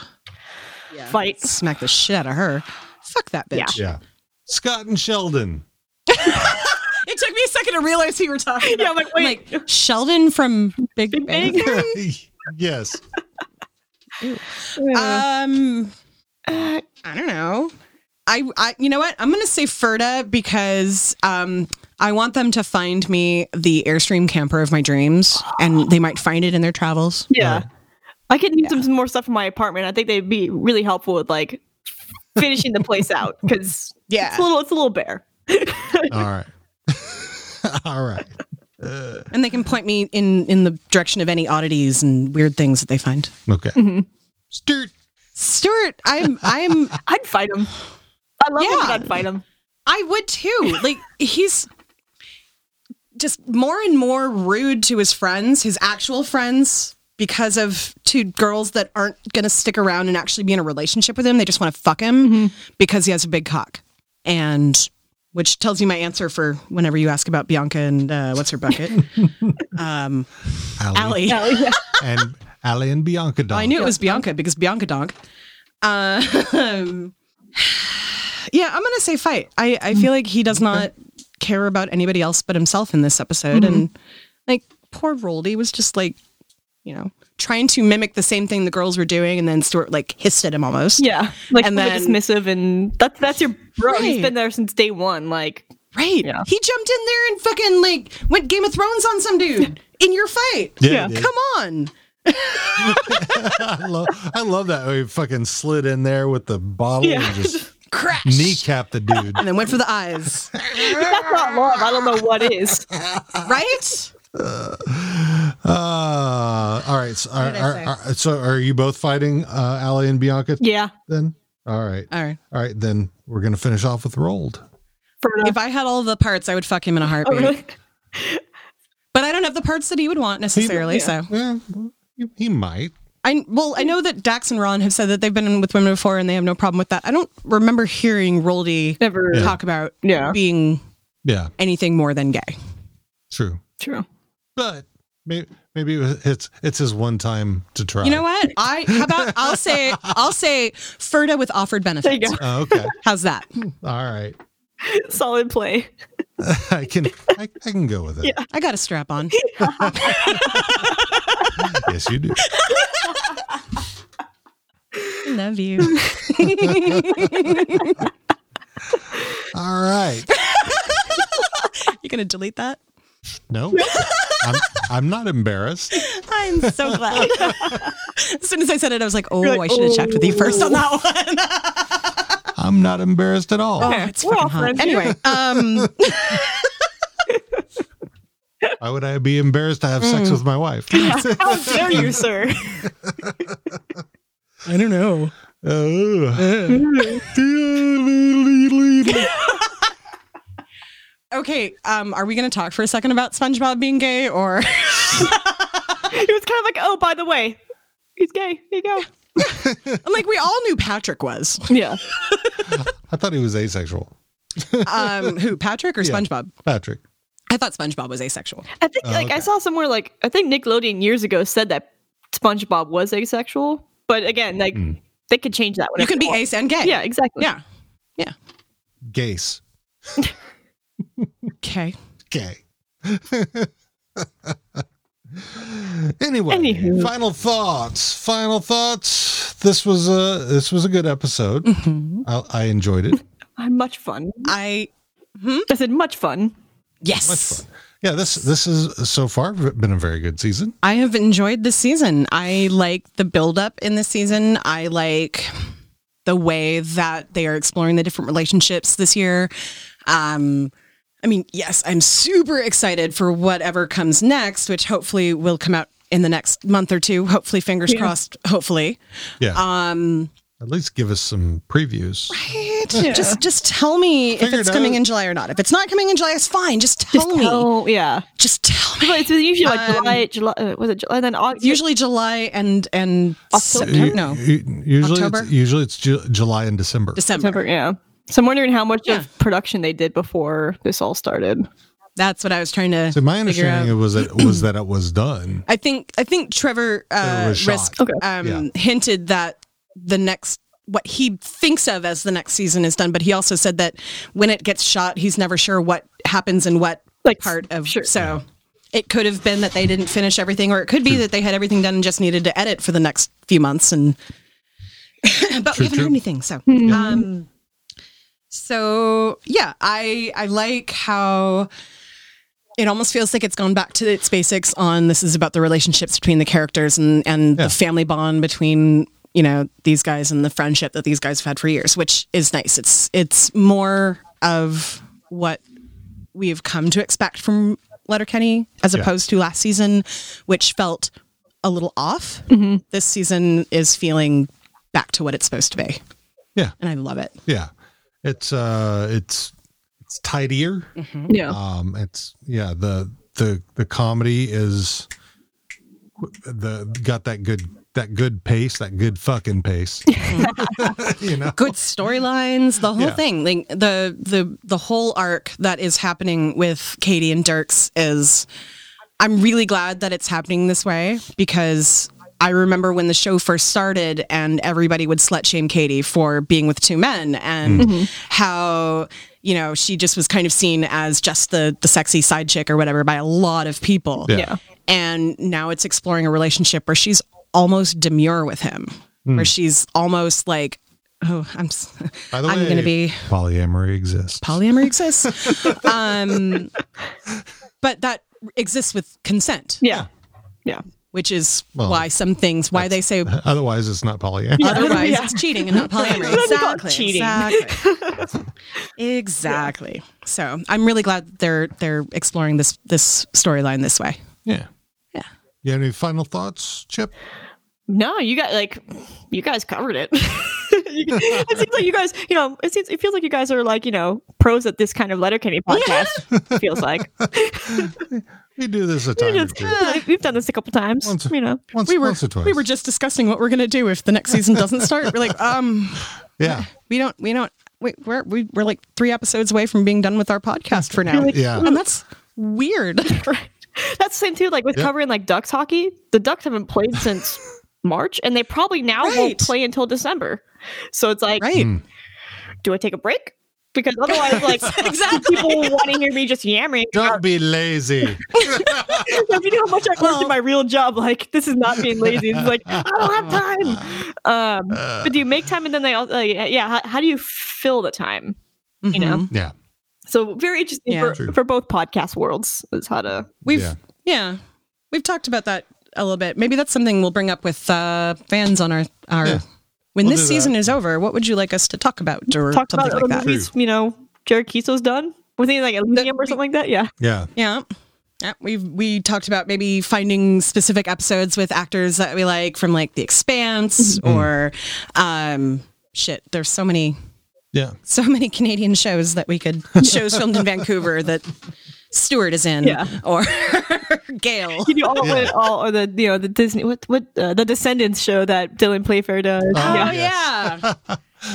[SPEAKER 7] Fight.
[SPEAKER 4] Smack the shit out of her. Fuck that bitch.
[SPEAKER 3] yeah. Scott and Sheldon.
[SPEAKER 4] It took me a second to realize who you were talking about. Yeah, I'm like, wait. Sheldon from Big, Bang. Theory?
[SPEAKER 3] yes.
[SPEAKER 4] Um, uh, I don't know. I, I, you know what? I'm gonna say Ferda because um, I want them to find me the airstream camper of my dreams, and they might find it in their travels.
[SPEAKER 7] Yeah. I could need some more stuff in my apartment. I think they'd be really helpful with like finishing the place out because
[SPEAKER 4] yeah,
[SPEAKER 7] it's a little it's a little bare.
[SPEAKER 3] All right. All right. Uh,
[SPEAKER 4] and they can point me in in the direction of any oddities and weird things that they find.
[SPEAKER 3] Okay.
[SPEAKER 4] Mm-hmm.
[SPEAKER 3] Stuart.
[SPEAKER 4] Stuart, I'm I'm
[SPEAKER 7] I'd fight him. I love him, but I'd fight him.
[SPEAKER 4] I would too. Like he's just more and more rude to his friends, his actual friends, because of two girls that aren't gonna stick around and actually be in a relationship with him. They just wanna fuck him because he has a big cock. And which tells you my answer for whenever you ask about Bianca and uh, what's her bucket. um
[SPEAKER 3] Allie.
[SPEAKER 4] Allie. Oh,
[SPEAKER 3] and Allie and Bianca. Doll.
[SPEAKER 4] I knew it was Bianca because Bianca Donk. Uh, yeah, I'm gonna say fight. I,
[SPEAKER 3] Mm.
[SPEAKER 4] I feel like he does not care about anybody else but himself in this episode,
[SPEAKER 3] Mm-hmm.
[SPEAKER 4] and like poor Roldy was just like, you know, trying to mimic the same thing the girls were doing, and then Stuart like hissed at him almost.
[SPEAKER 7] Yeah, like
[SPEAKER 4] and
[SPEAKER 7] really
[SPEAKER 4] then
[SPEAKER 7] dismissive, and that's that's your bro. He's
[SPEAKER 4] Right.
[SPEAKER 7] been there since day one. Like,
[SPEAKER 4] right?
[SPEAKER 7] Yeah.
[SPEAKER 4] he jumped in there and fucking like went Game of Thrones on some dude in your fight.
[SPEAKER 3] Yeah, he Yeah. did.
[SPEAKER 4] come on.
[SPEAKER 3] I love, I love that. Oh, He fucking slid in there with the bottle and just
[SPEAKER 4] Crash.
[SPEAKER 3] kneecapped the dude.
[SPEAKER 4] and then went for the eyes.
[SPEAKER 7] That's not love. I don't know what is.
[SPEAKER 4] right?
[SPEAKER 3] Uh, all right. So are,
[SPEAKER 4] did I
[SPEAKER 3] are,
[SPEAKER 4] say?
[SPEAKER 3] are- so are you both fighting uh, Allie and Bianca?
[SPEAKER 7] Yeah.
[SPEAKER 3] Then all right.
[SPEAKER 4] All right.
[SPEAKER 3] All right. Then we're gonna finish off with rolled.
[SPEAKER 4] If I had all the parts, I would fuck him in a heartbeat.
[SPEAKER 7] Oh, really?
[SPEAKER 4] But I don't have the parts that he would want necessarily.
[SPEAKER 3] yeah.
[SPEAKER 4] So
[SPEAKER 3] He, he might.
[SPEAKER 4] I well, I know that Dax and Ron have said that they've been with women before and they have no problem with that. I don't remember hearing Roldy
[SPEAKER 7] Never
[SPEAKER 3] Yeah.
[SPEAKER 4] talk about
[SPEAKER 7] Yeah.
[SPEAKER 4] being
[SPEAKER 3] Yeah.
[SPEAKER 4] anything more than gay.
[SPEAKER 3] True.
[SPEAKER 7] True.
[SPEAKER 3] But maybe maybe it was- it's it's his one time to try.
[SPEAKER 4] You know what? I how about I'll say I'll say Ferda with offered benefits.
[SPEAKER 7] There you
[SPEAKER 3] Oh, okay.
[SPEAKER 4] How's that?
[SPEAKER 3] All right.
[SPEAKER 7] Solid play.
[SPEAKER 3] I can I, I can go with it.
[SPEAKER 7] Yeah.
[SPEAKER 4] I got a strap on.
[SPEAKER 3] Yes, you do.
[SPEAKER 4] Love you.
[SPEAKER 3] All right.
[SPEAKER 4] You gonna delete that?
[SPEAKER 3] No. I'm I'm not embarrassed.
[SPEAKER 4] I'm so glad. as soon as I said it, I was like, oh,
[SPEAKER 7] like, "Oh."
[SPEAKER 4] I should have checked with you first on that one.
[SPEAKER 3] I'm not embarrassed at all.
[SPEAKER 4] Oh, it's fucking hot. Anyway, um,
[SPEAKER 3] Why would I be embarrassed to have sex with my wife?
[SPEAKER 7] How dare you, sir?
[SPEAKER 4] I don't know.
[SPEAKER 3] Oh.
[SPEAKER 4] Okay, um, are we going to talk for a second about SpongeBob being gay or
[SPEAKER 7] It was kind of like, oh, by the way, he's gay. Here you go.
[SPEAKER 4] I'm like we all knew Patrick was.
[SPEAKER 7] Yeah.
[SPEAKER 3] I thought he was asexual.
[SPEAKER 4] Um, who Patrick or
[SPEAKER 3] Yeah.
[SPEAKER 4] SpongeBob?
[SPEAKER 3] Patrick.
[SPEAKER 4] I thought SpongeBob was asexual.
[SPEAKER 7] I think
[SPEAKER 3] Oh,
[SPEAKER 7] like I
[SPEAKER 3] okay.
[SPEAKER 7] saw somewhere like I think Nickelodeon years ago said that SpongeBob was asexual, but again, like
[SPEAKER 3] Hmm.
[SPEAKER 7] they could change that.
[SPEAKER 4] You
[SPEAKER 7] whenever
[SPEAKER 4] can
[SPEAKER 7] they
[SPEAKER 4] be
[SPEAKER 7] want.
[SPEAKER 4] ace and gay.
[SPEAKER 7] Yeah, exactly.
[SPEAKER 4] Yeah.
[SPEAKER 3] Gase.
[SPEAKER 4] Okay.
[SPEAKER 3] Okay. anyway,
[SPEAKER 7] Anywho.
[SPEAKER 3] final thoughts. Final thoughts. This was a this was a good episode.
[SPEAKER 4] Mm-hmm.
[SPEAKER 3] I, I enjoyed it.
[SPEAKER 7] Ah, much fun.
[SPEAKER 4] I
[SPEAKER 7] I said much fun.
[SPEAKER 4] yes.
[SPEAKER 3] Yeah, this this is so far been a very good season.
[SPEAKER 4] I have enjoyed this season. I like the buildup in this season. I like the way that they are exploring the different relationships this year. Um, I mean, yes, I'm super excited for whatever comes next, which hopefully will come out in the next month or two. Hopefully, fingers crossed. Hopefully,
[SPEAKER 3] Yeah.
[SPEAKER 4] um,
[SPEAKER 3] At least give us some previews.
[SPEAKER 4] just just tell me if
[SPEAKER 3] Figure
[SPEAKER 4] it's
[SPEAKER 3] it
[SPEAKER 4] coming
[SPEAKER 3] out.
[SPEAKER 4] in July or not. If it's not coming in July, it's fine. Just tell me.
[SPEAKER 7] Oh yeah.
[SPEAKER 4] Just tell me.
[SPEAKER 7] But it's usually like
[SPEAKER 4] Um,
[SPEAKER 7] July, July. Uh, was it July? Then August.
[SPEAKER 4] Usually July and and
[SPEAKER 7] October.
[SPEAKER 4] September. No.
[SPEAKER 3] U- Usually,
[SPEAKER 4] October?
[SPEAKER 3] it's, usually it's Ju- July and December.
[SPEAKER 4] December.
[SPEAKER 7] September. Yeah. So I'm wondering how much of production they did before this all started.
[SPEAKER 4] That's what I was trying to.
[SPEAKER 3] So my
[SPEAKER 4] figure out.
[SPEAKER 3] understanding was that was that it was done.
[SPEAKER 4] I think I think Trevor
[SPEAKER 3] That it
[SPEAKER 4] uh,
[SPEAKER 3] was
[SPEAKER 4] Risk
[SPEAKER 3] shot. Okay.
[SPEAKER 4] um,
[SPEAKER 3] Yeah.
[SPEAKER 4] hinted that the next what he thinks of as the next season is done, but he also said that when it gets shot, he's never sure what happens in what part of. So it could have been that they didn't finish everything, or it could be that they had everything done and just needed to edit for the next few months. And but
[SPEAKER 2] True,
[SPEAKER 4] we haven't
[SPEAKER 2] true.
[SPEAKER 4] heard anything, so. Um, so yeah, I I like how it almost feels like it's gone back to its basics on this is about the relationships between the characters and and the family bond between you know these guys and the friendship that these guys have had for years which is nice it's it's more of what we've come to expect from letterkenny as
[SPEAKER 2] Yeah.
[SPEAKER 4] opposed to last season which felt a little off this season is feeling back to what it's supposed to be
[SPEAKER 3] yeah
[SPEAKER 4] and i love it
[SPEAKER 3] Yeah, it's uh, it's it's tidier.
[SPEAKER 4] Mhm. Yeah.
[SPEAKER 3] um, it's yeah the the the comedy is the got that good that good pace that good fucking pace. you know
[SPEAKER 4] good storylines the whole
[SPEAKER 3] Yeah.
[SPEAKER 4] thing like the the the whole arc that is happening with katie and dirks is i'm really glad that it's happening this way because i remember when the show first started and everybody would slut shame katie for being with two men and
[SPEAKER 2] Mm. Mhm.
[SPEAKER 4] how you know she just was kind of seen as just the the sexy side chick or whatever by a lot of people
[SPEAKER 2] Yeah. Yeah.
[SPEAKER 4] and now it's exploring a relationship where she's almost demure with him where
[SPEAKER 3] Mm.
[SPEAKER 4] she's almost like oh i'm s-
[SPEAKER 3] By the
[SPEAKER 4] i'm
[SPEAKER 3] way,
[SPEAKER 4] gonna be
[SPEAKER 3] polyamory exists.
[SPEAKER 4] polyamory exists um but that exists with consent
[SPEAKER 7] yeah
[SPEAKER 4] yeah which is
[SPEAKER 3] Well,
[SPEAKER 4] why some things why they say
[SPEAKER 3] Otherwise, it's not polyamory.
[SPEAKER 4] otherwise it's cheating and not polyamory
[SPEAKER 2] That's what they call it,
[SPEAKER 4] exactly
[SPEAKER 2] cheating.
[SPEAKER 4] exactly exactly so i'm really glad they're they're exploring this this storyline this way
[SPEAKER 3] yeah You have any final thoughts, Chip?
[SPEAKER 7] No, you got like you guys covered it. it seems like you guys, you know, it seems it feels like you guys are like you know pros at this kind of Letterkenny podcast. it feels like
[SPEAKER 3] we do this a time. or two.
[SPEAKER 7] we've done this a couple times. you know,
[SPEAKER 3] once-
[SPEAKER 4] we were
[SPEAKER 3] once or twice.
[SPEAKER 4] we were just discussing what we're gonna do if the next season doesn't start. We're like, um,
[SPEAKER 3] Yeah.
[SPEAKER 4] we don't, we don't, we, we're we, we're like three episodes away from being done with our podcast for now.
[SPEAKER 7] You're like, Yeah.
[SPEAKER 4] and that's weird.
[SPEAKER 7] that's the same too. Like with
[SPEAKER 4] Yep.
[SPEAKER 7] covering like Ducks hockey, the Ducks haven't played since March, and they probably now won't play until December. So it's like, do I take a break? Because otherwise, like
[SPEAKER 4] Exactly.
[SPEAKER 7] people want to hear me just yammering.
[SPEAKER 3] Don't be lazy.
[SPEAKER 7] if you know how much I worked in my real job, like this is not being lazy. It's like I don't have time. Um, but do you make time? And then they all, like, yeah. How, how do you fill the time?
[SPEAKER 4] Mm-hmm.
[SPEAKER 7] You know.
[SPEAKER 3] Yeah.
[SPEAKER 7] So very interesting
[SPEAKER 4] Yeah.
[SPEAKER 7] for,
[SPEAKER 4] True.
[SPEAKER 7] for both podcast worlds is how to.
[SPEAKER 4] We've yeah. we've talked about that a little bit. Maybe that's something we'll bring up with uh, fans on our our
[SPEAKER 7] Yeah.
[SPEAKER 4] when
[SPEAKER 7] We'll do
[SPEAKER 4] this
[SPEAKER 7] that.
[SPEAKER 4] season is over. What would you like us to talk about or
[SPEAKER 7] talk
[SPEAKER 4] something
[SPEAKER 7] about
[SPEAKER 4] like
[SPEAKER 7] other
[SPEAKER 4] that?
[SPEAKER 7] movies. You know, Jared Kiso's done. Was he like Elysium or something like that? Yeah.
[SPEAKER 3] Yeah.
[SPEAKER 4] Yeah. Yeah, we we talked about maybe finding specific episodes with actors that we like from like The Expanse
[SPEAKER 7] Mm-hmm.
[SPEAKER 4] or um shit. There's so many
[SPEAKER 3] Yeah.
[SPEAKER 4] so many Canadian shows that we could shows filmed in Vancouver that Stewart is in
[SPEAKER 7] Yeah.
[SPEAKER 4] or Gail.
[SPEAKER 7] You do all, all or the you know the Disney what what uh, the Descendants show that Dylan Playfair does.
[SPEAKER 4] Oh yeah.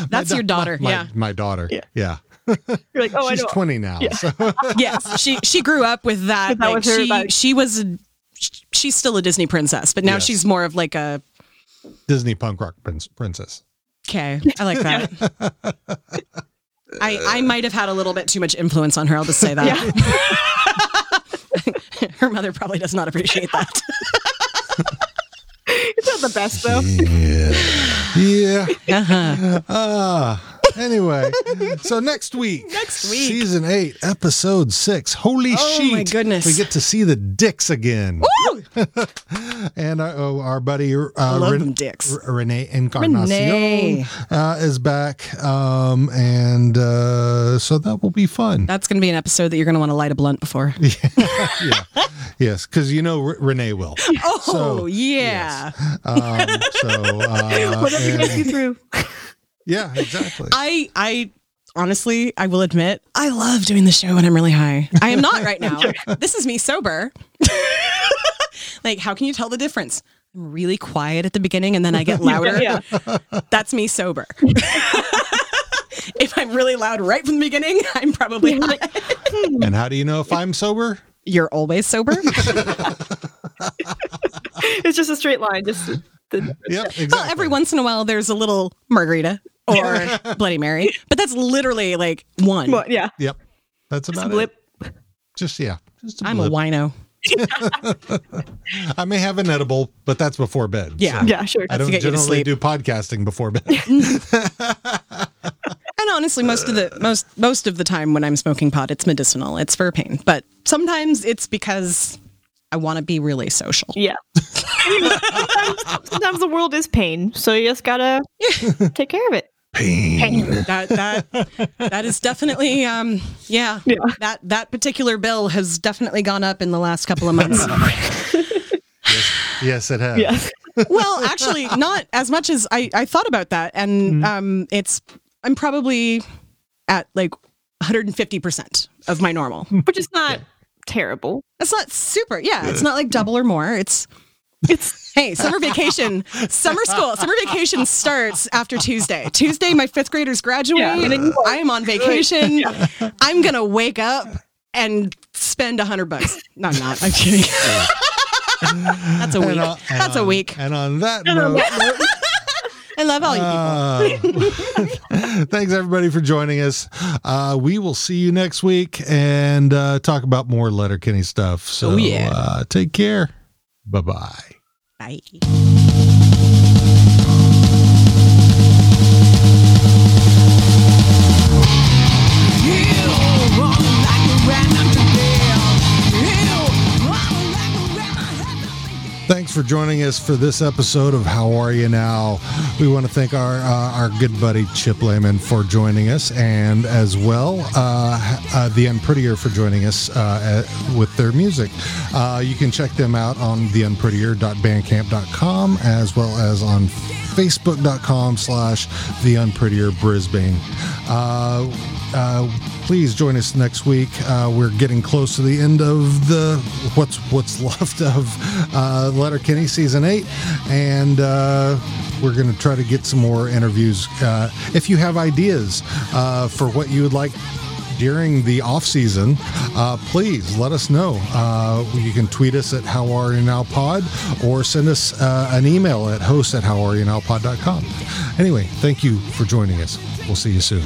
[SPEAKER 4] That's
[SPEAKER 3] My
[SPEAKER 4] your
[SPEAKER 3] da-
[SPEAKER 4] daughter.
[SPEAKER 3] My,
[SPEAKER 4] yeah.
[SPEAKER 3] My daughter. Yeah.
[SPEAKER 7] You're like, oh, I
[SPEAKER 3] She's
[SPEAKER 7] know.
[SPEAKER 3] 20 now.
[SPEAKER 7] Yeah.
[SPEAKER 3] So.
[SPEAKER 4] yes, she she grew up with that.
[SPEAKER 7] But that
[SPEAKER 4] like,
[SPEAKER 7] was her,
[SPEAKER 4] she
[SPEAKER 7] like-
[SPEAKER 4] she was a- sh- she's still a Disney princess, but now
[SPEAKER 3] Yes.
[SPEAKER 4] she's more of like a
[SPEAKER 3] Disney punk rock prince, princess.
[SPEAKER 4] Okay, I like that. I I might have had a little bit too much influence on her. I'll just say that. her mother probably does not appreciate that.
[SPEAKER 7] it's not the best though.
[SPEAKER 3] Yeah. Ah,
[SPEAKER 4] Uh-huh.
[SPEAKER 3] anyway, so next week. Next week. Season 8, episode 6. Holy
[SPEAKER 4] Oh,
[SPEAKER 3] shit.
[SPEAKER 4] my goodness.
[SPEAKER 3] We get to see the dicks again.
[SPEAKER 4] Woo!
[SPEAKER 3] and our, oh, our buddy uh,
[SPEAKER 4] love them dicks.
[SPEAKER 3] R- Renee Encarnacion
[SPEAKER 4] Renee.
[SPEAKER 3] Uh, is back. Um, and uh, so that will be fun.
[SPEAKER 4] That's going to be an episode that you're going to want to light a blunt before.
[SPEAKER 3] yes, because you know R- Renee will.
[SPEAKER 4] Oh
[SPEAKER 3] So,
[SPEAKER 4] yeah.
[SPEAKER 3] Um, so, uh,
[SPEAKER 4] Whatever gets
[SPEAKER 3] and-
[SPEAKER 4] you through.
[SPEAKER 3] yeah, exactly.
[SPEAKER 4] I I honestly I will admit I love doing the show when I'm really high. I am not right now. this is me sober. like how can you tell the difference? I'm really quiet at the beginning and then I get louder.
[SPEAKER 2] Yeah.
[SPEAKER 4] That's me sober. if I'm it really loud right from the beginning, I'm probably high.
[SPEAKER 3] And how do you know if I'm sober?
[SPEAKER 4] You're always sober.
[SPEAKER 7] it's just a straight line. Just the,
[SPEAKER 3] yep,
[SPEAKER 4] Well, every once in a while, there's a little margarita or Bloody Mary, but that's literally like one.
[SPEAKER 7] Well, yeah.
[SPEAKER 3] Yep. That's about it. Just yeah. Just
[SPEAKER 4] I'm a wino.
[SPEAKER 3] I may have an edible, but that's before bed.
[SPEAKER 4] Yeah. Yeah, sure.
[SPEAKER 3] I
[SPEAKER 4] That's
[SPEAKER 3] don't
[SPEAKER 4] to get you to
[SPEAKER 3] generally
[SPEAKER 4] sleep.
[SPEAKER 3] do podcasting before bed.
[SPEAKER 4] And honestly, most of the most most of the time when I'm smoking pot, it's medicinal. It's for pain, but sometimes it's because I want to be really social.
[SPEAKER 7] Yeah. Sometimes the world is pain, so you just gotta take care of it.
[SPEAKER 4] Pain. That that that is definitely um yeah, That that particular bill has definitely gone up in the last couple of months.
[SPEAKER 3] yes, it has.
[SPEAKER 4] well, actually, not as much as I, I thought about that. And um, it's, I'm probably at like 150% of my normal,
[SPEAKER 7] which is not terrible.
[SPEAKER 4] It's not super. Yeah. It's not like double or more. It's, it's, hey, summer vacation, summer school, summer vacation starts after Tuesday. Tuesday, my fifth graders graduate.
[SPEAKER 7] Yeah.
[SPEAKER 4] I am on vacation. I'm going to wake up and spend a hundred bucks. No, I'm not. I'm kidding. That's a
[SPEAKER 3] And
[SPEAKER 4] week.
[SPEAKER 3] on- and
[SPEAKER 4] That's a
[SPEAKER 3] on-
[SPEAKER 4] week.
[SPEAKER 3] And on that note,
[SPEAKER 4] I love all you
[SPEAKER 3] uh, thanks everybody for joining us. Uh, we will see you next week and uh, talk about more Letterkenny stuff. So
[SPEAKER 4] Oh, yeah.
[SPEAKER 3] uh, take care. Bye bye.
[SPEAKER 4] Bye.
[SPEAKER 3] Thanks for joining us for this episode of How Are You Now. We want to thank our uh, our good buddy Chip Lehman for joining us, and as well uh, uh, the Unprettier for joining us uh, at, with their music. Uh, you can check them out on theunprettier.bandcamp.com as well as on facebook.com slash the unprettier brisbane uh, uh, please join us next week uh, we're getting close to the end of the what's what's left of uh, letterkenny season 8 and uh, we're going to try to get some more interviews uh, if you have ideas uh, for what you would like during the off season, uh, please let us know. Uh, you can tweet us at How Are You Now Pod or send us uh, an email at host at How Are You Now Pod.com. Anyway, thank you for joining us. We'll see you soon.